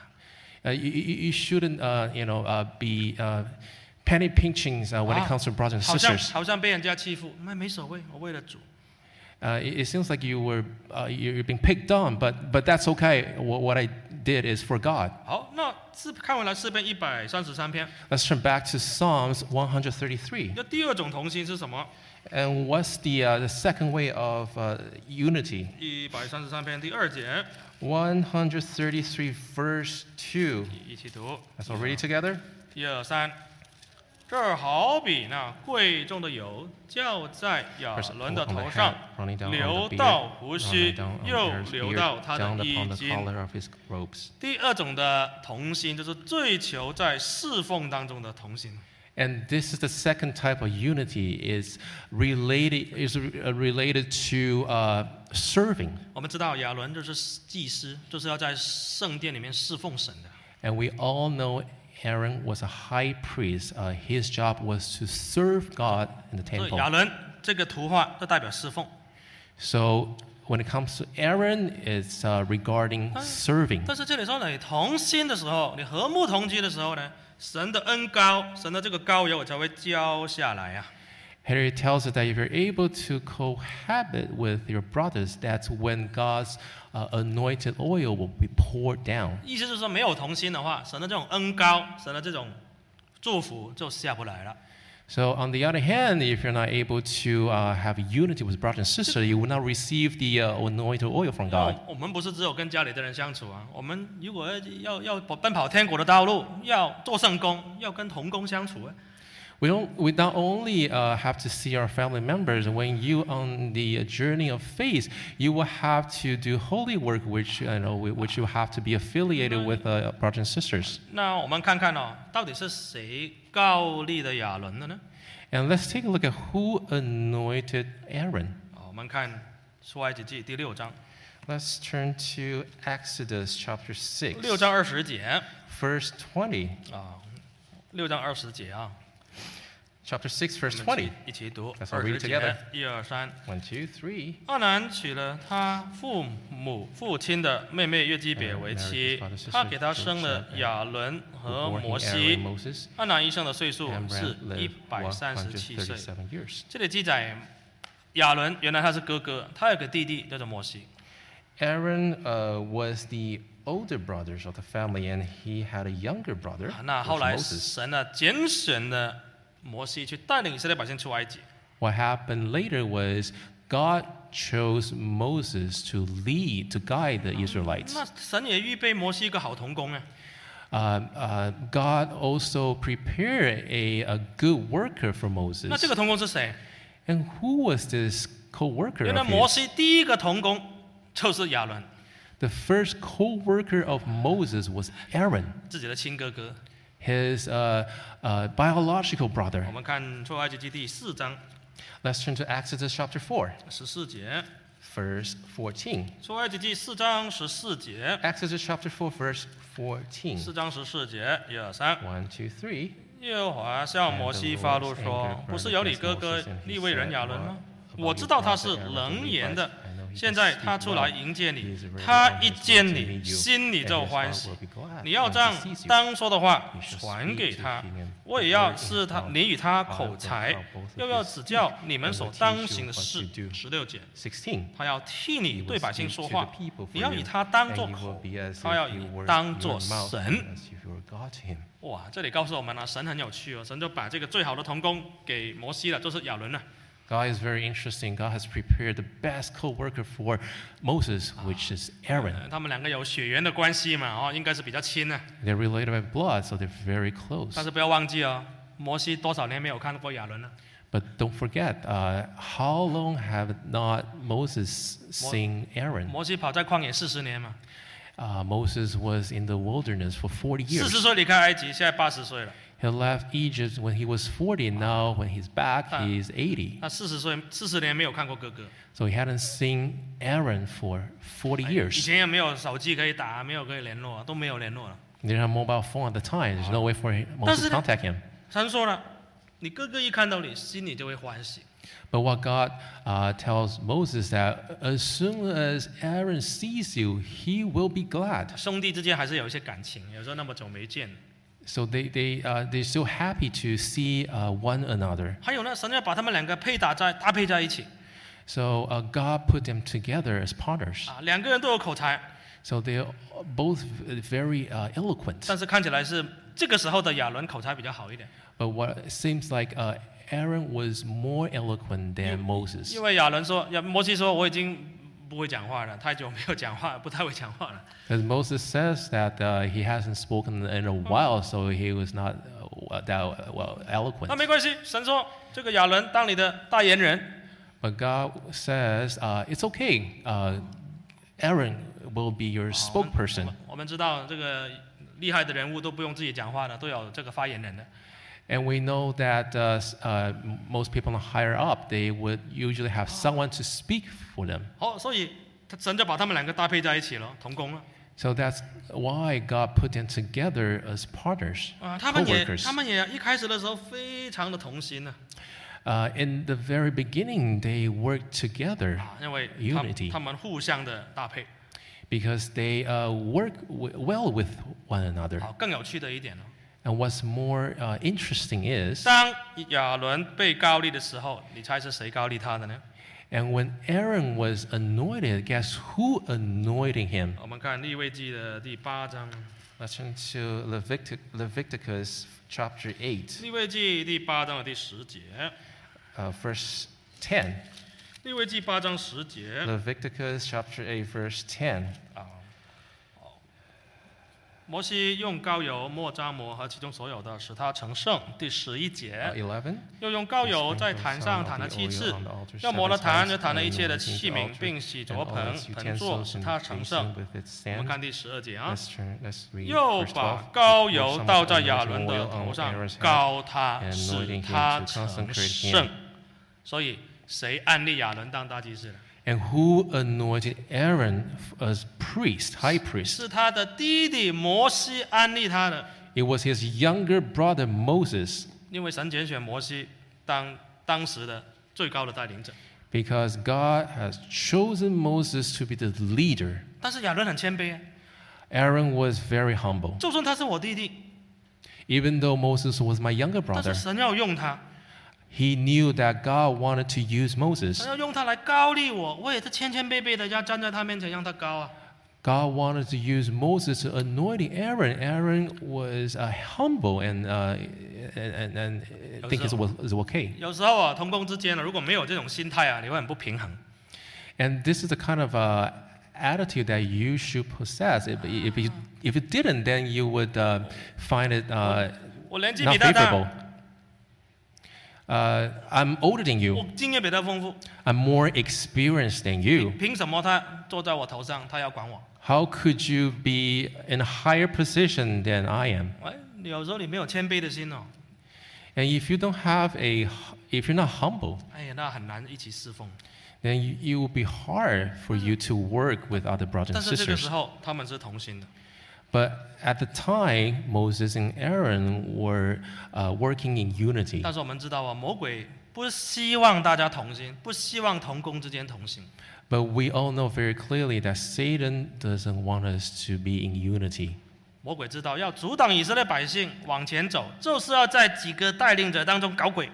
Speaker 1: Uh, you, you you shouldn't uh, you know, uh, be uh, penny pinching uh, when it
Speaker 2: Ah,
Speaker 1: comes to brothers and
Speaker 2: 好像
Speaker 1: sisters.
Speaker 2: 好像被人家欺负，那没所谓，我为了主。
Speaker 1: Uh, it, it seems like you were uh, you- you're being picked on, but, but that's okay. What, what I did is for God.
Speaker 2: 好，那四看回来四篇一百三十三篇，
Speaker 1: Let's turn back to Psalms 133.
Speaker 2: 那第二种同心是什么？
Speaker 1: And what's the, uh, the second way of uh, unity?
Speaker 2: 一百三十三篇第二节，
Speaker 1: 133, verse 2.
Speaker 2: 一一起读，
Speaker 1: Let's all read it together.
Speaker 2: 一二三。这儿好比那贵重的油浇在亚
Speaker 1: First,
Speaker 2: 伦的
Speaker 1: on the
Speaker 2: Uh, 头
Speaker 1: head,
Speaker 2: 上，
Speaker 1: oh running down
Speaker 2: 流
Speaker 1: on the beard,
Speaker 2: 到胡
Speaker 1: running
Speaker 2: 须，
Speaker 1: down on
Speaker 2: 又
Speaker 1: Aaron's
Speaker 2: 流
Speaker 1: beard,
Speaker 2: 到他的
Speaker 1: down
Speaker 2: 衣
Speaker 1: upon the
Speaker 2: 襟。
Speaker 1: collar of his robes.
Speaker 2: 第二种的同心，就是追求在侍奉当中的同心。
Speaker 1: And this is the second type of unity is related is uh, related to uh, serving.
Speaker 2: 我们知道亚伦就是祭司，就是要在圣殿里面侍奉神的。
Speaker 1: And we all know Aaron was a high priest. Uh, his job was to serve God in the
Speaker 2: 所以
Speaker 1: temple.
Speaker 2: 亚伦这个图画就代表侍奉，
Speaker 1: So when it comes to Aaron, it's uh, regarding serving.
Speaker 2: 但是这里说呢，你同心的时候，你和睦同居的时候呢，神的恩高，神的这个高油才会浇下来啊。
Speaker 1: Here it tells us that if you're able to cohabit with your brothers, that's when God's uh, anointed oil will be poured down.
Speaker 2: 意思就是说，没有同心的话，神的这种恩高，神的这种祝福就下不来了。
Speaker 1: So, on the other hand, if you're not able to uh, have unity with brothers and sisters, you will not receive the uh, anointed oil from
Speaker 2: 那
Speaker 1: God.
Speaker 2: 我们不是只有跟家里的人相处啊，我们如果要要要奔跑天国的道路，要做圣工，要跟同工相处啊。
Speaker 1: We, don't, we not only uh, have to see our family members, when you on the journey of faith, you will have to do holy work, which, you know, which you have to be affiliated with uh, brothers and sisters.
Speaker 2: 那我们看看哦，到底是谁告立的亚伦的呢？
Speaker 1: And let's take a look at who anointed Aaron.
Speaker 2: 啊，我们看出埃及记第六章，
Speaker 1: Let's turn to Exodus chapter 6,
Speaker 2: 六章二十节
Speaker 1: verse 20.
Speaker 2: 啊，六章二十节啊
Speaker 1: Chapter 6, verse
Speaker 2: 我们
Speaker 1: 20.
Speaker 2: 一起一起读
Speaker 1: Let's all
Speaker 2: 二十
Speaker 1: read
Speaker 2: 节
Speaker 1: together.，
Speaker 2: 一二三。
Speaker 1: One, two, three.
Speaker 2: 阿南娶了他父母父亲的妹妹约基别为妻，他给他生了亚伦和
Speaker 1: Born
Speaker 2: 摩
Speaker 1: in Aaron
Speaker 2: 西。
Speaker 1: Moses.
Speaker 2: 阿南一生的岁数
Speaker 1: Amram
Speaker 2: 是一
Speaker 1: lived
Speaker 2: 百三十七岁。
Speaker 1: 137 years.
Speaker 2: 这里记载亚伦原来他是哥哥，他有个弟弟叫做摩西。
Speaker 1: Aaron uh, was the older brother of the family, and he had a younger brother,
Speaker 2: 啊
Speaker 1: which
Speaker 2: 那后来
Speaker 1: Moses.
Speaker 2: 神呢拣选了摩西去带领以色列百姓出埃及。
Speaker 1: What happened later was God chose Moses to lead, to guide the Israelites.
Speaker 2: 那神也预备摩西一个好童工啊，
Speaker 1: Um, uh, God also prepared a, a good worker for
Speaker 2: 那这
Speaker 1: Moses.
Speaker 2: 个童工是谁？
Speaker 1: And who was this co-worker
Speaker 2: 原来
Speaker 1: of
Speaker 2: 摩
Speaker 1: his?
Speaker 2: 西第一个童工就是亚伦
Speaker 1: The first co-worker of Moses was Aaron,
Speaker 2: 自己的亲哥哥。
Speaker 1: his uh, uh, biological
Speaker 2: 我
Speaker 1: brother.
Speaker 2: 们看出埃及记第四章
Speaker 1: Let's turn to Exodus chapter 4,
Speaker 2: 十四节，
Speaker 1: verse 14.
Speaker 2: 出埃及记四章十四节，
Speaker 1: Exodus chapter 4, verse 14.
Speaker 2: 四章十四节，一二三。
Speaker 1: 1, 2, 3.
Speaker 2: 耶和华向摩西发怒说：“不是有你哥哥利未人亚伦吗？我知道他是能言的，现在他出来迎接你，他一见你，心里就欢喜。你要将当说的话传给他，我也要是他，你与他口才，又要指教你们所当行的事。”十六节，
Speaker 1: 16.
Speaker 2: 他要替你对百姓说话
Speaker 1: He will speak to the people，for
Speaker 2: 你要以他当做口
Speaker 1: And you will be，as
Speaker 2: 他要
Speaker 1: if
Speaker 2: 以
Speaker 1: you were
Speaker 2: 当做
Speaker 1: your mouth,
Speaker 2: 神。
Speaker 1: as if you were God to him.
Speaker 2: 哇，这里告诉我们了、神很有趣哦，神就把这个最好的童工给摩西了，就是亚伦了。
Speaker 1: God is very interesting. God has prepared the best co-worker for Moses, which is Aaron.
Speaker 2: 呃他们两个有血缘的关系嘛，哦，应该是比较亲的、
Speaker 1: They're related by blood, so they're very close.
Speaker 2: 但是不要忘记哦，摩西多少年没有看过亚伦了？
Speaker 1: But don't forget, uh, how long have not Moses seen Aaron?
Speaker 2: 摩西跑在旷野四十年嘛，
Speaker 1: Uh, Moses was in the wilderness for 40
Speaker 2: 四十
Speaker 1: years.
Speaker 2: 岁离开埃及，现在八十岁了。
Speaker 1: He left Egypt when he was 40. Now, when he's back,
Speaker 2: Ah.
Speaker 1: he's 80.
Speaker 2: 他四十岁，四十年没有看过哥哥，
Speaker 1: So he hadn't seen Aaron for 40
Speaker 2: 哎以
Speaker 1: years.
Speaker 2: 前也没有手机可以打，没有可以联络，都没有联络了。
Speaker 1: They didn't have mobile phone at the time. There's no way for him, Moses to
Speaker 2: Doesn't it-
Speaker 1: contact him.
Speaker 2: 神说了，你哥哥一看到你，心里就会欢喜。
Speaker 1: But what God uh, tells Moses that as soon as Aaron sees you, he will be glad.
Speaker 2: 兄弟之间还是有一些感情，有时候那么久没见。
Speaker 1: So they, they, uh, they're so happy to see uh, one another.
Speaker 2: 还有呢，神要把他们两个配搭在搭配在一起
Speaker 1: So uh, God put them together as partners.
Speaker 2: 啊，两个人都有口才，
Speaker 1: So they're both very uh, eloquent.
Speaker 2: 但是看起来是这个时候的亚伦口才比较好一点，
Speaker 1: But what it seems like uh, Aaron was more eloquent than Moses.
Speaker 2: 因为亚伦说，亚摩西说我已经不会讲话了，太久没有讲话，不太会讲话了。
Speaker 1: Because Moses says that uh, he hasn't spoken in a while, so he was not uh, that well
Speaker 2: 那
Speaker 1: eloquent.
Speaker 2: 没关系，神说这个亚伦当你的代言人，
Speaker 1: But God says, uh, it's okay. Uh, Aaron will be your spokesperson.
Speaker 2: 我们知道这个厉害的人物都不用自己讲话的，都有这个发言人的。
Speaker 1: And we know that uh, s- uh, most people higher up, they would usually have someone to speak for them.
Speaker 2: 好，所以他神就把他们两个搭配在一起了，同工了
Speaker 1: So that's why God put them together as partners,
Speaker 2: 啊，他们也
Speaker 1: co-workers.
Speaker 2: 他们也一开始的时候非常的同心呢、啊
Speaker 1: Uh, in the very beginning, they worked together
Speaker 2: 啊，因为他
Speaker 1: Unity
Speaker 2: 他们互相的搭配。
Speaker 1: because they uh, work w- well with one another.
Speaker 2: 好，更有趣的一点呢、哦
Speaker 1: And what's more uh, interesting is,
Speaker 2: 当亚伦被高利的时候，你猜是谁高利他的呢？
Speaker 1: and when Aaron was anointed, guess who anointed him?
Speaker 2: 我们看利未记的第八章，
Speaker 3: Let's turn to Levitic- Leviticus chapter 8,
Speaker 2: 利未记第八章的第十节，
Speaker 3: uh, verse 10.
Speaker 2: 利未记八章十节，
Speaker 3: Leviticus chapter 8, verse 10.
Speaker 2: 摩西用膏油抹扎摩和其中所有的，使他成圣。第十一
Speaker 3: Uh,
Speaker 2: 节，
Speaker 3: 11.
Speaker 2: 又用膏油在坛上弹了七次，又磨了坛，又弹了一切的器皿，并洗濯盆盆座，使他成圣。我们看第十二节啊，
Speaker 3: Let's turn, let's read
Speaker 2: 又
Speaker 3: verse
Speaker 2: 把
Speaker 3: 12.
Speaker 2: 膏
Speaker 3: Pour
Speaker 2: 油
Speaker 3: some
Speaker 2: 倒在
Speaker 3: anointing
Speaker 2: 亚伦的
Speaker 3: oil
Speaker 2: 头
Speaker 3: on
Speaker 2: 上
Speaker 3: Aaron's，head
Speaker 2: 膏他，
Speaker 3: and
Speaker 2: 使
Speaker 3: anointing him
Speaker 2: 他
Speaker 3: to
Speaker 2: 成
Speaker 3: consecrate
Speaker 2: 圣
Speaker 3: him.。
Speaker 2: 所以，谁暗立亚伦当大祭司呢？
Speaker 1: And who anointed Aaron as priest, high priest?
Speaker 2: 是他的弟弟摩西安利他的，
Speaker 1: It was his younger brother Moses,
Speaker 2: 因为神拣选摩西当当时的最高的带领者。
Speaker 1: because God has chosen Moses to be the leader.
Speaker 2: 但是亚伦很谦卑啊，
Speaker 1: Aaron was very humble.
Speaker 2: 就算他是我弟弟，
Speaker 1: Even though Moses was my younger
Speaker 2: 但是
Speaker 1: brother,
Speaker 2: 神要用他，
Speaker 1: he knew that God wanted to use
Speaker 2: 神
Speaker 1: Moses.
Speaker 2: 要用他来高立我，我也是谦谦卑卑的要站在他面前让他高啊。
Speaker 1: God wanted to use Moses to anoint Aaron. Aaron was uh, humble and, uh, and, and, and think it was, it was okay.
Speaker 2: 有时候啊，同工之间呢，如果没有这种心态啊，你会很不平衡。
Speaker 1: And this is the kind of uh, attitude that you should possess. If, if, you, if you didn't, then you would uh, find it uh,
Speaker 2: 我年纪比
Speaker 1: not
Speaker 2: 他大，
Speaker 1: favorable. Uh, I'm older than
Speaker 2: 我
Speaker 1: you.
Speaker 2: 经验比他丰富，
Speaker 1: I'm more experienced than you.
Speaker 2: 凭什么他坐在我头上，他要管我？
Speaker 1: How could you be in a higher position than I am?
Speaker 2: 哎，你有时候你没有谦卑的心哦，
Speaker 1: And if you don't have a, h- if you're not humble,
Speaker 2: 哎呀，那很难一起侍奉。
Speaker 1: then you, it will be hard for you to work with other brothers
Speaker 2: 但
Speaker 1: and
Speaker 2: 是这个时
Speaker 1: sisters.
Speaker 2: 候他们是同心的，
Speaker 1: But at the time, Moses and Aaron were uh, working in unity.
Speaker 2: 但是我们知道啊，魔鬼不希望大家同心，不希望同工之间同心，
Speaker 1: But we all know very clearly that Satan doesn't want us to be in unity.
Speaker 2: 魔鬼知道要阻挡以色列百姓往前走，就是要在几个带领者当中搞鬼。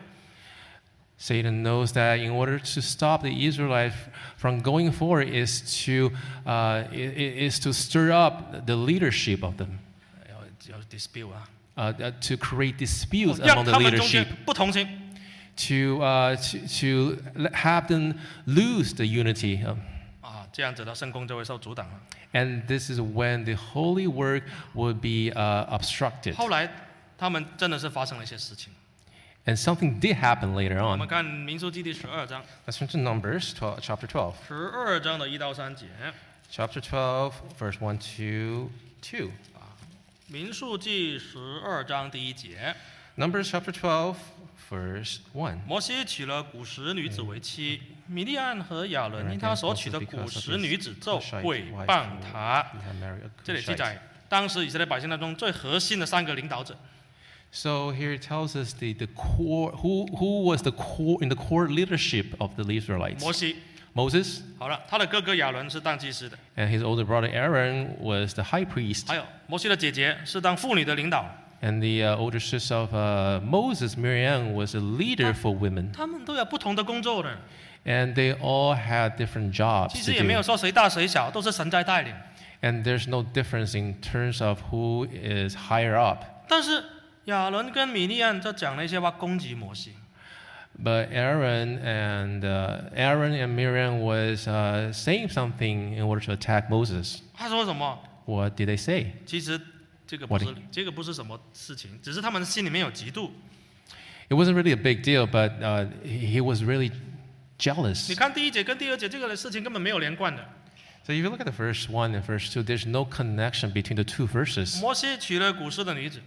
Speaker 1: Satan knows that in order to stop the Israelites from going forward is to, uh, i- i- is to stir up the leadership of them,
Speaker 2: 哎有有 dispute 啊，
Speaker 1: uh, uh, to create disputes
Speaker 2: 让
Speaker 1: among
Speaker 2: Oh,
Speaker 1: the
Speaker 2: 他们中间
Speaker 1: leadership,
Speaker 2: 不同心。
Speaker 1: to, uh, to, to l- have them lose the unity. um,
Speaker 2: 啊，这样子的圣功就会受阻挡啊了。
Speaker 1: and this is when the holy work will be uh, obstructed.
Speaker 2: 后来他们真的是发生了一些事情。
Speaker 1: And something did happen later
Speaker 2: 我们
Speaker 1: on.
Speaker 2: 看民数记第十二章，
Speaker 3: Let's turn to Numbers 12, chapter 12.
Speaker 2: 十二章的一到三节，
Speaker 3: Chapter 12, verse 1 to 2.
Speaker 2: 民数记十二章第一节，
Speaker 3: Numbers chapter 12, verse 1.
Speaker 2: 摩西娶了古时女子为妻，
Speaker 1: 嗯
Speaker 2: 米利安和亚伦因他所娶的古时女子咒毁谤他。
Speaker 3: He had married a
Speaker 2: 这里记
Speaker 3: Cushite.
Speaker 2: 载当时以色列百姓当中最核心的三个领导者，
Speaker 1: So here it tells us the, the core, who, who was the core in the core leadership of the Israelites?
Speaker 2: 摩西。
Speaker 1: Moses
Speaker 2: 好了，他的哥哥亚伦是当祭司的，
Speaker 1: and his older brother Aaron was the high priest,
Speaker 2: 还有摩西的姐姐是当妇女的领导，
Speaker 1: and the uh, older sister of uh, Moses, Miriam, was a leader for women.
Speaker 2: 他们都有不同的工作的。
Speaker 1: And they all had different
Speaker 2: 其
Speaker 1: jobs
Speaker 2: 实
Speaker 1: to
Speaker 2: 也没有
Speaker 1: do.
Speaker 2: 说谁大谁小，都是神在带领。
Speaker 1: And there's no difference in terms of who is higher up.
Speaker 2: 但是亚伦跟米利安就讲了一些话攻击摩西，
Speaker 1: But Aaron and uh, Aaron and Miriam was uh, saying something in order to attack Moses.
Speaker 2: 他说什么？
Speaker 1: What did they say?
Speaker 2: 其实这个不是
Speaker 1: What
Speaker 2: 这个不是什么事情，只是他们心里面有嫉妒。
Speaker 1: It wasn't really a big deal, but uh, he he was really
Speaker 2: 你
Speaker 1: jealous.
Speaker 2: 看第一节跟第二节这个事情根本没有连贯的。
Speaker 1: So if you look at the verse 1 and verse 2, there's no connection between the two verses.
Speaker 2: 摩西娶了古诗的女子，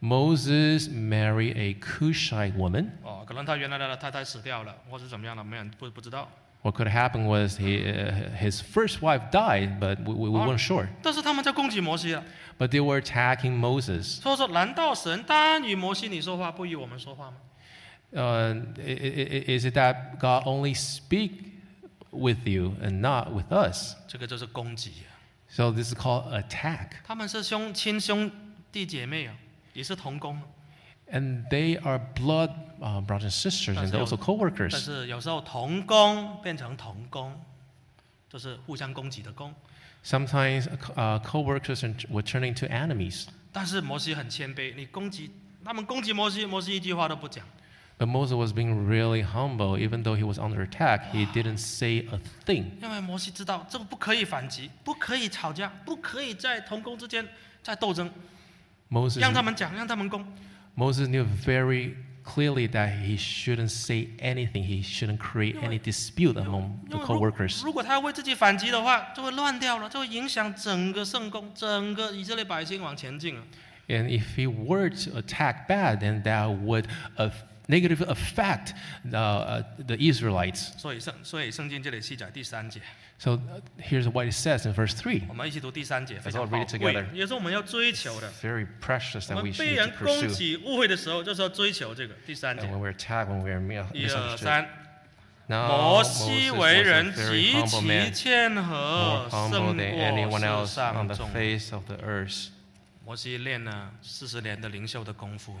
Speaker 1: Moses married a Cushite woman.
Speaker 2: 哦，可能他原来的太太死掉了，或是怎么样了，没人不不知道。
Speaker 1: What could happen was he, uh, his first wife died, but we, we we
Speaker 2: Huh?
Speaker 1: weren't sure.
Speaker 2: 但是他们在攻击摩西了，
Speaker 1: But they were attacking Moses.
Speaker 2: 所以说难道神单与摩西你说话，不与我们说话吗？
Speaker 1: Uh, i- i- i- is it that God only speak with you and not with us?
Speaker 2: 这个就是攻击、啊，
Speaker 1: So this is called attack.
Speaker 2: 他们是兄亲兄弟姐妹啊，也是同工，
Speaker 1: And they are blood uh, brothers and sisters, and they're also
Speaker 2: 但
Speaker 1: co-workers.
Speaker 2: 是有时候同工变成同工，就是互相攻击的攻。
Speaker 1: Sometimes uh, co-workers and- were turning into enemies.
Speaker 2: 但是摩西很谦卑，你攻击他们攻击摩西，摩西一句话都不讲。
Speaker 1: But Moses was being really humble, even though he was under attack. He didn't say a thing
Speaker 2: 因为摩西知道这个不可以反击，不可以吵架，不可以在同工之间在斗争，
Speaker 1: Moses
Speaker 2: 让他们讲，让他们攻。
Speaker 1: Moses knew very clearly that he shouldn't say anything. He shouldn't create any dispute among
Speaker 2: 因
Speaker 1: the
Speaker 2: 为如
Speaker 1: co-workers.
Speaker 2: 如果他为自己反击的话，就会乱掉了，就会影响整个圣宫、整个以色列百姓往前进了。
Speaker 1: And if he were to attack bad, then that would uh, negatively affect the, uh, the Israelites.
Speaker 2: 所以圣，所以圣经这里记载第三节，
Speaker 1: So uh, here's what it says in verse 3.
Speaker 2: 我们一起读第三节，非
Speaker 3: all
Speaker 2: 常
Speaker 3: read
Speaker 2: 宝
Speaker 3: it
Speaker 2: 贵
Speaker 3: together.，
Speaker 2: 也是我们要追求的。
Speaker 3: Very precious that
Speaker 2: 我们
Speaker 3: we
Speaker 2: 被
Speaker 3: should
Speaker 2: 人
Speaker 3: to
Speaker 2: 攻
Speaker 3: pursue.
Speaker 2: 击、误会的时候，就是要追求这个第三节
Speaker 3: And。when we're attacked, when we're
Speaker 2: 一二
Speaker 3: misunderstood.
Speaker 2: 三，
Speaker 3: Now,
Speaker 2: 摩
Speaker 3: Moses
Speaker 2: 西
Speaker 3: was
Speaker 2: 为
Speaker 3: a
Speaker 2: 人
Speaker 3: very
Speaker 2: 极
Speaker 3: humble
Speaker 2: 其
Speaker 3: man,
Speaker 2: 谦
Speaker 3: more
Speaker 2: 和，
Speaker 3: humble
Speaker 2: 胜
Speaker 3: than anyone
Speaker 2: 过世
Speaker 3: else on
Speaker 2: 上
Speaker 3: the
Speaker 2: 众。
Speaker 3: face of the earth.
Speaker 2: 摩西练了四十年的灵修的功夫，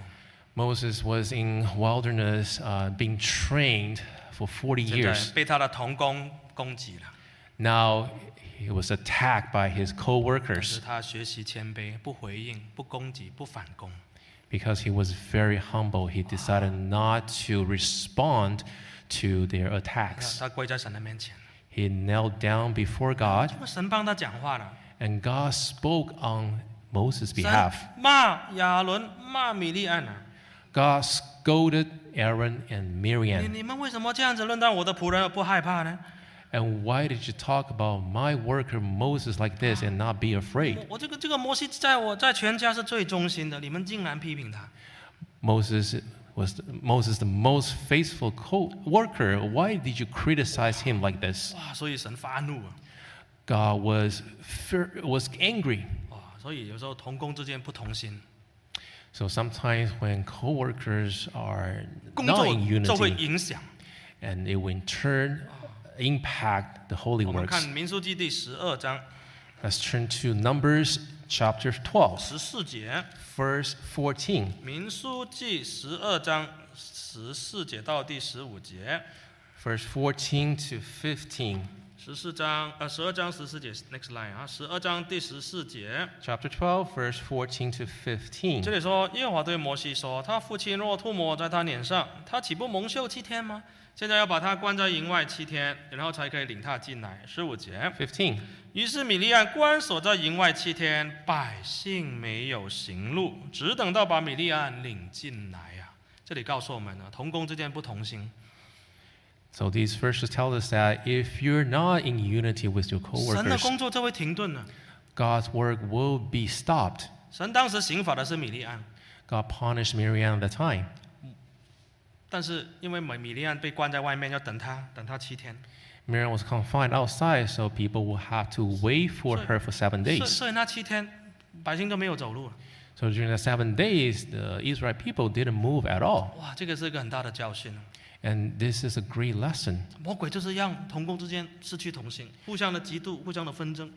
Speaker 1: Moses was in wilderness uh, being trained for 40
Speaker 2: 现在
Speaker 1: years.
Speaker 2: 被他的同工攻击了。
Speaker 1: Now he was attacked by his co-workers.
Speaker 2: 可是他学习谦卑，不回应，不攻击，不反攻。
Speaker 1: because he was very humble, he decided not to respond to their
Speaker 2: 他
Speaker 1: attacks.
Speaker 2: 他跪在神的面前，
Speaker 1: He knelt down before God,
Speaker 2: 因为神帮他讲话了。
Speaker 1: and God spoke on Moses'
Speaker 2: 神
Speaker 1: behalf.
Speaker 2: 骂亚伦，骂米利安啊！
Speaker 1: God scolded Aaron and
Speaker 2: 你
Speaker 1: Miriam.
Speaker 2: 你们为什么这样子论断我的仆人而不害怕呢？
Speaker 1: And why did you talk about my worker Moses like this and not be
Speaker 2: 我
Speaker 1: afraid?
Speaker 2: 我这个这个摩西在我在全家是最忠心的，你们竟然批评他。
Speaker 1: Moses was Moses the most faithful co-worker. Why did you criticize him like this?
Speaker 2: 哇，所以神发怒啊！
Speaker 1: God was fear, was angry
Speaker 2: 哇，所以有时候同工之间不同心，
Speaker 1: So sometimes when coworkers are
Speaker 2: 工
Speaker 1: not
Speaker 2: 作
Speaker 1: in
Speaker 2: 就会
Speaker 1: unity,
Speaker 2: 影响。
Speaker 1: and it will in turn impact the holy
Speaker 2: 我们看
Speaker 1: works.
Speaker 2: 民数记第十二章
Speaker 1: Let's turn to Numbers chapter 12,
Speaker 2: 十四节，
Speaker 1: verse 14.
Speaker 2: 民数记十二章十四节到第十五节，
Speaker 1: Verse 14 to 15.
Speaker 2: 十四章呃十二章十四节，next line 啊，十二章第十四节，
Speaker 1: Chapter 12, verse 14 to 15.
Speaker 2: 这里说耶和华对摩西说，他父亲若吐沫在他脸上，他岂不蒙羞七天吗？现在要把他关在营外七天，然后才可以领他进来。十五节，
Speaker 1: 15.
Speaker 2: 于是米利暗关锁在营外七天，百姓没有行路，只等到把米利暗领进来啊。这里告诉我们呢、同工之间不同心，
Speaker 1: So these verses tell us that if you're not in unity with your
Speaker 2: 神的
Speaker 1: coworkers,
Speaker 2: 工作就会停顿了。
Speaker 1: God's work will be stopped.
Speaker 2: 神当时刑罚的是米利暗，
Speaker 1: God punished Miriam at the time.
Speaker 2: 但是因为米米利暗被关在外面，要等他，等他七天，
Speaker 1: Miriam was confined outside, so people will have to wait for
Speaker 2: So-
Speaker 1: her for seven
Speaker 2: 所以
Speaker 1: days.
Speaker 2: 所以那七天百姓都没有走路了。
Speaker 1: So during the seven days, the Israel people didn't move at all.
Speaker 2: 哇，这个是一个很大的教训啊！
Speaker 1: And this is a great lesson.
Speaker 2: 魔鬼就是让同工之间失去同心，互相的嫉妒，互相的纷争。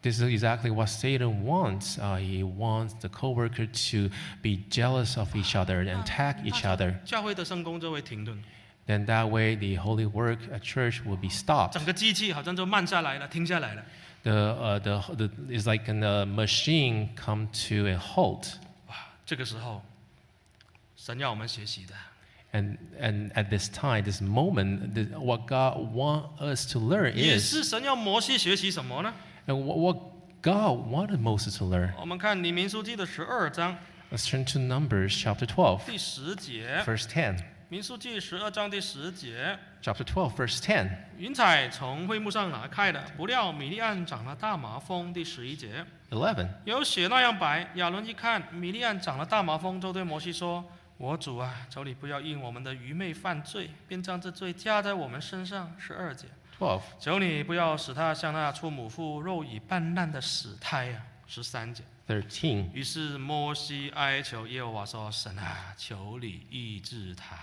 Speaker 1: This is exactly what Satan wants. Uh, he wants the coworker to be jealous of each other
Speaker 2: Ah,
Speaker 1: and attack each other.
Speaker 2: 教会的圣工就会停顿，
Speaker 1: Then that way, the holy work at church will be stopped.
Speaker 2: 整个机器好像就慢下来了，停下来了。
Speaker 1: The, uh, the, the, it's like a uh, machine come to a halt.
Speaker 2: 哇，这个时候，神要我们学习的，
Speaker 1: And, and at this time, this moment, the, what God wants us to learn
Speaker 2: 也
Speaker 1: is
Speaker 2: 是神要摩西学习什么呢？
Speaker 1: And what, what God wanted Moses to learn.
Speaker 2: 我们看《黎明书记》的十二章
Speaker 1: Let's turn to Numbers chapter 12,
Speaker 2: 第十节，《
Speaker 1: verse 10.
Speaker 2: 民书记》十二章第十节，
Speaker 1: Chapter 12, verse 10.
Speaker 2: 云彩从会幕上拿开的，不料米利暗长了大麻风。第十一节，
Speaker 1: 11.
Speaker 2: 有雪那样白。亚伦一看米利暗长了大麻风，就对摩西说：“我主啊，求你不要因我们的愚昧犯罪，便将这罪加在我们身上。”十二节。
Speaker 1: 12.
Speaker 2: 求你不要使他像那出母腹肉已半烂的死胎啊！十三节。
Speaker 1: 13.
Speaker 2: 于是摩西哀求耶和华说：“神啊，求你医治他。”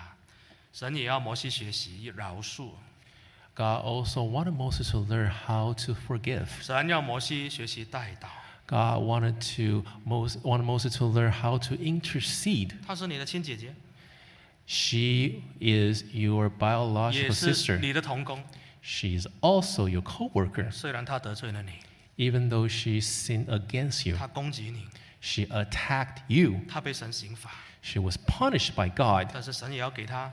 Speaker 2: 神也要摩西学习饶恕，
Speaker 1: God also wanted Moses to learn how to forgive.
Speaker 2: 神要摩西学习代祷，
Speaker 1: God wanted to Moses, wanted Moses to learn how to intercede.
Speaker 2: 她是你的亲姐姐，
Speaker 1: She is your
Speaker 2: 也
Speaker 1: biological
Speaker 2: 是
Speaker 1: 啊 sister.
Speaker 2: 你的同工。
Speaker 1: She is also your co-worker.
Speaker 2: 虽然她得罪了你，
Speaker 1: Even though she sinned against you,
Speaker 2: 她攻击你，
Speaker 1: she attacked you.
Speaker 2: 她被神刑罚，
Speaker 1: She was punished by God.
Speaker 2: 但是神也要给她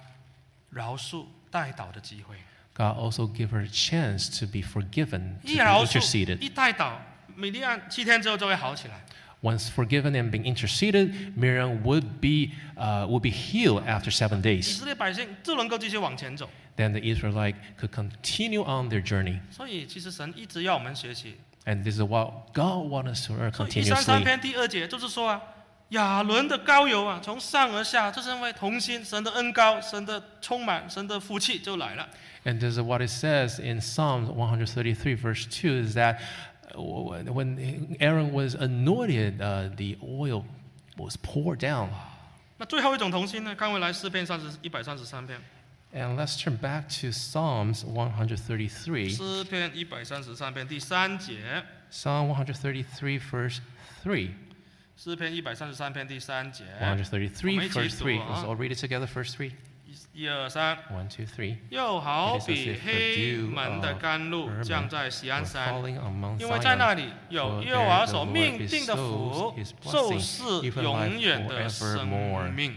Speaker 2: 饶恕、代祷的机会。
Speaker 1: God also gave her a chance to be forgiven, to
Speaker 2: 一
Speaker 1: be
Speaker 2: 饶恕，
Speaker 1: interceded.
Speaker 2: 一代祷，米利安七天之后就会好起来。
Speaker 1: Once forgiven and being interceded, Miriam would be, uh, would be healed after seven
Speaker 2: 以
Speaker 1: days.
Speaker 2: 色列百姓就能够继续往前走。
Speaker 1: Then the Israelite could continue on their journey.
Speaker 2: 所以其实神一直要我们学习。
Speaker 1: And this is what God wants us to learn
Speaker 2: 所以一三三
Speaker 1: continuously.
Speaker 2: 篇第二节就是说啊，亚伦的高油啊，从上而下，就是因为同心，神的恩高，神的充满，神的福气就来了。
Speaker 1: And this is what it says in Psalms 133, verse 2, is that uh, when Aaron was anointed, uh, the oil was poured down.
Speaker 2: 那最后一种同心呢？看回来四篇三十一百三十三篇，
Speaker 1: And let's turn back to Psalms 133.
Speaker 2: 诗篇一百三十三篇第三节，
Speaker 1: Psalm 133, verse 3.
Speaker 2: 诗篇一百三十三篇第三节，
Speaker 1: 133,
Speaker 2: Almighty
Speaker 1: verse 3.
Speaker 2: God.
Speaker 1: Let's all read it together, verse 3.
Speaker 2: 一一二三。
Speaker 1: 1, 2, 3.
Speaker 2: 又好比黑门的甘露降在喜安
Speaker 1: We're
Speaker 2: 山，
Speaker 1: falling on Mount
Speaker 2: 因为在那
Speaker 1: Zion.
Speaker 2: 里有耶和华所命定的福，就是永远的生命。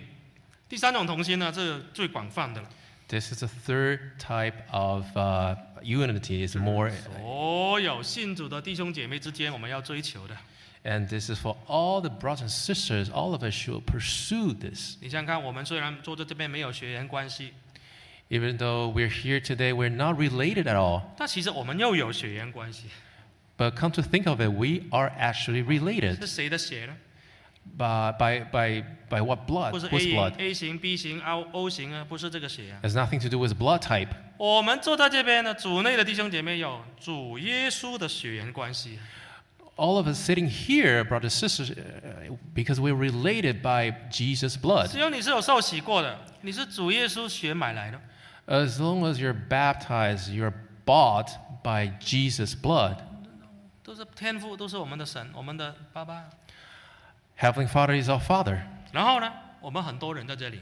Speaker 2: 第三种同心呢，这是最广泛的了，
Speaker 1: This is the third type of uh, unity. It's more,
Speaker 2: 所有信主的弟兄姐妹之间，我们要追求的。
Speaker 1: and this is for all the brothers and sisters. All of us should pursue this.
Speaker 2: 你想想看，我们虽然坐在这边没有血缘关系，
Speaker 1: Even though we're here today, we're not related at all.
Speaker 2: 但其实我们又有血缘关系，
Speaker 1: But come to think of it, we are actually
Speaker 2: 是
Speaker 1: related
Speaker 2: 谁的血呢？
Speaker 1: by by by, by what
Speaker 2: 啊不
Speaker 1: blood?
Speaker 2: 是 A
Speaker 1: Whose
Speaker 2: 型、
Speaker 1: blood?
Speaker 2: A 型、B 型、O O 型啊，不是这个血啊。
Speaker 1: It has nothing to do with blood type.
Speaker 2: 我们坐在这边呢，主内的弟兄姐妹有主耶稣的血缘关系，啊
Speaker 1: All of us sitting here, brothers and sisters, uh, because we're related by Jesus' blood.
Speaker 2: 只有你是有受洗过的，你是主耶稣血买来的，
Speaker 1: As long as you're baptized, you're bought by Jesus' blood.
Speaker 2: 都是天父，都是我们的神，我们的爸爸。
Speaker 1: Heavenly Father is our Father.
Speaker 2: 然后呢，我们很多人在这里，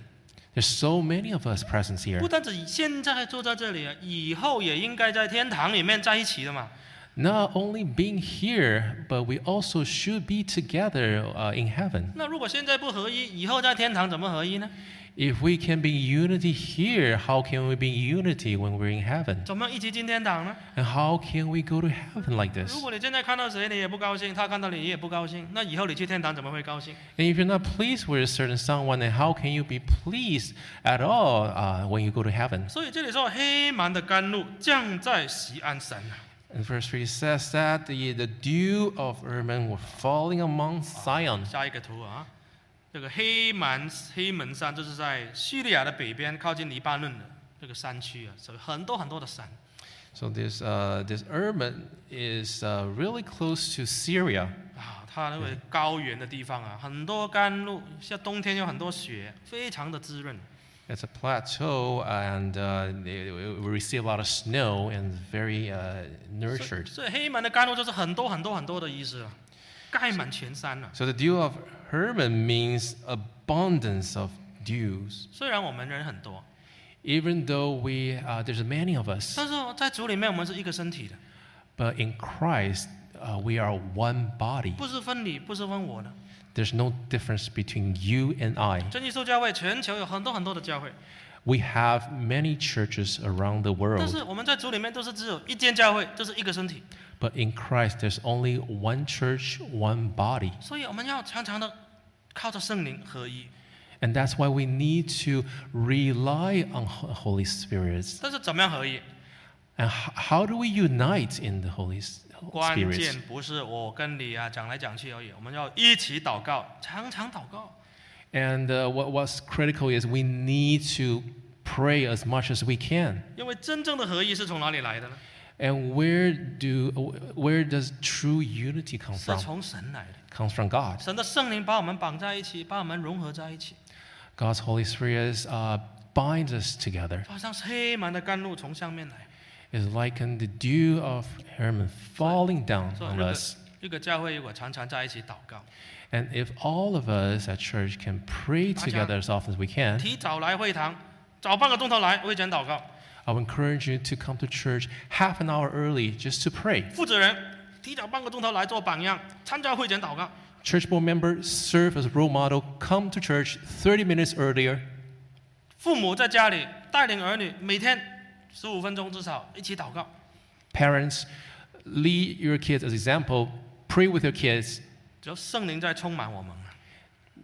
Speaker 1: There's so many of us present here.
Speaker 2: 不单只现在坐在这里啊，以后也应该在天堂里面在一起的嘛。
Speaker 1: Not only being here, but we also should be together uh, in heaven.
Speaker 2: 那如果现在不合一，以后在天堂怎么合一呢？
Speaker 1: If we can be in unity here, how can we be in unity when we're in heaven?
Speaker 2: 怎么一起进天堂呢？
Speaker 1: And how can we go to heaven like
Speaker 2: 如
Speaker 1: this?
Speaker 2: 果你现在看到谁你也不高兴，他看到你你也不高兴，那以后你去天堂怎么会高兴？
Speaker 1: And if you're not pleased with a certain someone, then how can you be pleased at all uh, when you go to heaven?
Speaker 2: 所以这里说黑蛮的甘露降在西安山啊。
Speaker 1: And verse 3 says that the, the dew of Hermon were falling on Mount Zion.
Speaker 2: 下一个图啊，这个黑蛮黑门山，这是在叙利亚的北边，靠近黎巴嫩的这个山区啊，所以很多很多的山。
Speaker 1: So this, uh, this Hermon is uh, really close to Syria.
Speaker 2: 啊，它那个高原的地方啊，很多甘露，像冬天有很多雪，非常的滋润。
Speaker 1: It's a plateau, and uh, they- we receive a lot of snow and very uh,
Speaker 2: 所以
Speaker 1: nurtured.
Speaker 2: 所以黑门的甘露就是很多很多很多的意思啊，盖满全山啊了、
Speaker 1: So the dew of Hermon means abundance of dews.
Speaker 2: 虽然我们人很多，
Speaker 1: Even though we uh, there's many of us,
Speaker 2: 但是在主里面我们是一个身体的，
Speaker 1: but in Christ uh, we are one body.
Speaker 2: 不是分你，不是分我的。
Speaker 1: There's no difference between you and I.
Speaker 2: 真耶稣教会全球有很多很多的教会，
Speaker 1: We have many churches around the
Speaker 2: 但
Speaker 1: world,
Speaker 2: 是我们在主里面都是只有一间教会，就是一个身体。
Speaker 1: but in Christ there's only one church, one body.
Speaker 2: 所以我们要常常的靠着圣灵合一。
Speaker 1: And that's why we need to rely on Ho- Holy Spirit.
Speaker 2: 但是怎么样合一？
Speaker 1: And h- how do we unite in the Holy S-
Speaker 2: 关
Speaker 1: Spirit?
Speaker 2: 键不是我跟你啊讲来讲去而已，我们要一起祷告，常常祷告。
Speaker 1: And uh, what, what's critical is we need to pray as much as we can.
Speaker 2: 因为真正的合一是从哪里来的呢？
Speaker 1: And where do where does true unity come
Speaker 2: 是
Speaker 1: from?
Speaker 2: 从神来的。
Speaker 1: Comes from God.
Speaker 2: 神的圣灵把我们绑在一起，把我们融合在一起，
Speaker 1: God's Holy Spirit uh, binds us together.
Speaker 2: 就好像黑蛮的甘露从上面来。
Speaker 1: It's likened the dew of Hermon falling down
Speaker 2: So,
Speaker 1: on
Speaker 2: look at-
Speaker 1: us.
Speaker 2: 一个教会如果常常在一起祷告，
Speaker 1: And if all of us at church can pray together as often as we can,
Speaker 2: 提早来会堂，早半个钟头来会前祷告，
Speaker 1: I would encourage you to come to church half an hour early just to pray.
Speaker 2: 负责人提早半个钟头来做榜样，参加会前祷告。
Speaker 1: Church board members serve as a role model. Come to church 30 minutes earlier.
Speaker 2: 父母在家里带领儿女每天十五分钟至少一起祷告，
Speaker 1: Parents, lead your kids as example. Pray with your kids,
Speaker 2: 只要圣灵在充满我们，啊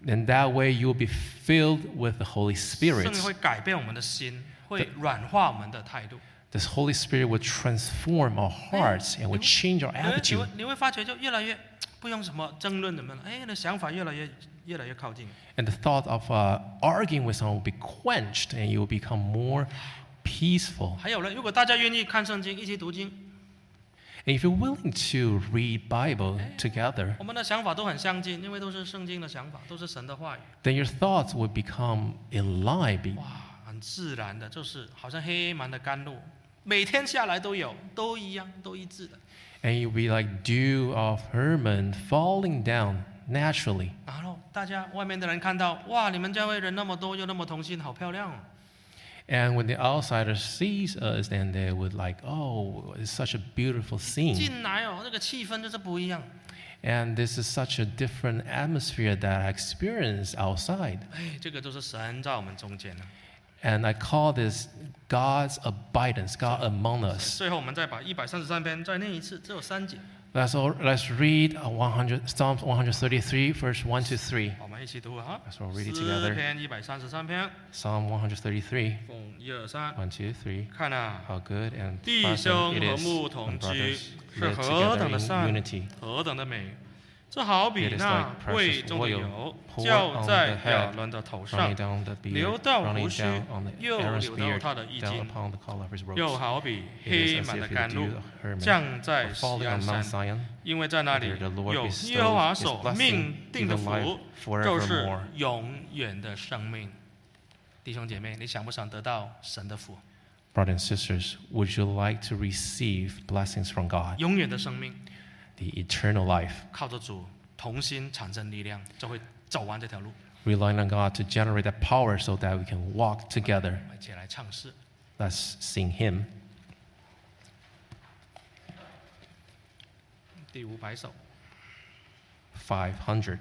Speaker 1: and that way you will be filled with the Holy
Speaker 2: 圣
Speaker 1: Spirit.
Speaker 2: 灵会改变我们的心，会软化我们的态度。
Speaker 1: This Holy Spirit will transform our hearts and will change our
Speaker 2: 你会你
Speaker 1: attitude.
Speaker 2: 会你会发觉就越来越不用什么争论怎么样，哎，那想法越来越越来越靠近。
Speaker 1: And the thought of uh, arguing with someone will be quenched and you will become more peaceful.
Speaker 2: 还有呢，如果大家愿意看圣经，一起读经，
Speaker 1: And if you're willing to read Bible together,
Speaker 2: 我们的想法都很相近，因为都是圣经的想法，都是神的话语。
Speaker 1: then your thoughts will become in line. be-
Speaker 2: 哇，很自然的，就是好像黑蛮的甘露，每天下来都有，都一样，都一致的。
Speaker 1: And you'll be like dew of Hermon falling down naturally.
Speaker 2: 然后大家外面的人看到，哇，你们教会人那么多，又那么同心，好漂亮、哦。
Speaker 1: And when the outsider sees us, then they would like, oh, it's such a beautiful scene.
Speaker 2: 进来哦，那个气氛就是不一样。
Speaker 1: And this is such a different atmosphere that I experienced outside.
Speaker 2: 哎，这个就是神在我们中间了。啊
Speaker 1: And I call this God's abidance, God among us.
Speaker 2: 最后我们再把一百三十三篇再念一次，只有三节，
Speaker 1: Let's, all, let's read uh, 100, Psalms 133, verse 1 to 3.
Speaker 2: 我们一起读啊。
Speaker 1: Let's all read it
Speaker 2: 诗
Speaker 1: together.
Speaker 2: 篇一百三十三篇，
Speaker 1: Psalm 133,
Speaker 2: 共一二三，
Speaker 1: 1, 2, 3.
Speaker 2: 看啊，
Speaker 1: How good and
Speaker 2: 弟
Speaker 1: pleasant
Speaker 2: 兄
Speaker 1: it
Speaker 2: 和
Speaker 1: is
Speaker 2: 睦
Speaker 1: when
Speaker 2: 同
Speaker 1: brothers
Speaker 2: 居
Speaker 1: live
Speaker 2: 是何
Speaker 1: together
Speaker 2: 等的
Speaker 1: in
Speaker 2: 善
Speaker 1: unity.
Speaker 2: 何等的美！这好比
Speaker 1: It is
Speaker 2: 那
Speaker 1: like precious
Speaker 2: 胃中的
Speaker 1: oil
Speaker 2: 油
Speaker 1: poured
Speaker 2: 浇
Speaker 1: on
Speaker 2: 在
Speaker 1: the
Speaker 2: 亚
Speaker 1: head,
Speaker 2: 伦的头上
Speaker 1: Running，down the beard,
Speaker 2: 流到
Speaker 1: running
Speaker 2: 胡须
Speaker 1: down on，the
Speaker 2: 又
Speaker 1: Aaron's
Speaker 2: 流到
Speaker 1: beard,
Speaker 2: 他的衣
Speaker 1: down
Speaker 2: 襟，
Speaker 1: upon the collar of his robe.
Speaker 2: 又好比
Speaker 1: It is
Speaker 2: 黑
Speaker 1: as
Speaker 2: 满的
Speaker 1: if the
Speaker 2: 甘
Speaker 1: dew
Speaker 2: 露
Speaker 1: of Hermon
Speaker 2: 降在
Speaker 1: were
Speaker 2: 西
Speaker 1: falling
Speaker 2: 安
Speaker 1: on Mount
Speaker 2: 山，
Speaker 1: Zion.
Speaker 2: 因为在那里
Speaker 1: Here the Lord
Speaker 2: 有
Speaker 1: bestows
Speaker 2: 耶和华
Speaker 1: his
Speaker 2: 所
Speaker 1: blessing,
Speaker 2: 命定的
Speaker 1: even life
Speaker 2: 福，就
Speaker 1: forevermore
Speaker 2: 是永远的生命。弟兄姐妹，你想不想得到神的福？
Speaker 1: Brothers and sisters, would you like to receive blessings from God,
Speaker 2: 永远的生命，
Speaker 1: the eternal life?
Speaker 2: 靠着主同心产生力量，就会走完这条路。
Speaker 1: Relying on God to generate that power so that we can walk together.
Speaker 2: 我们一起来唱诗。
Speaker 1: Let's sing Him.
Speaker 2: 第五百首，
Speaker 1: 500.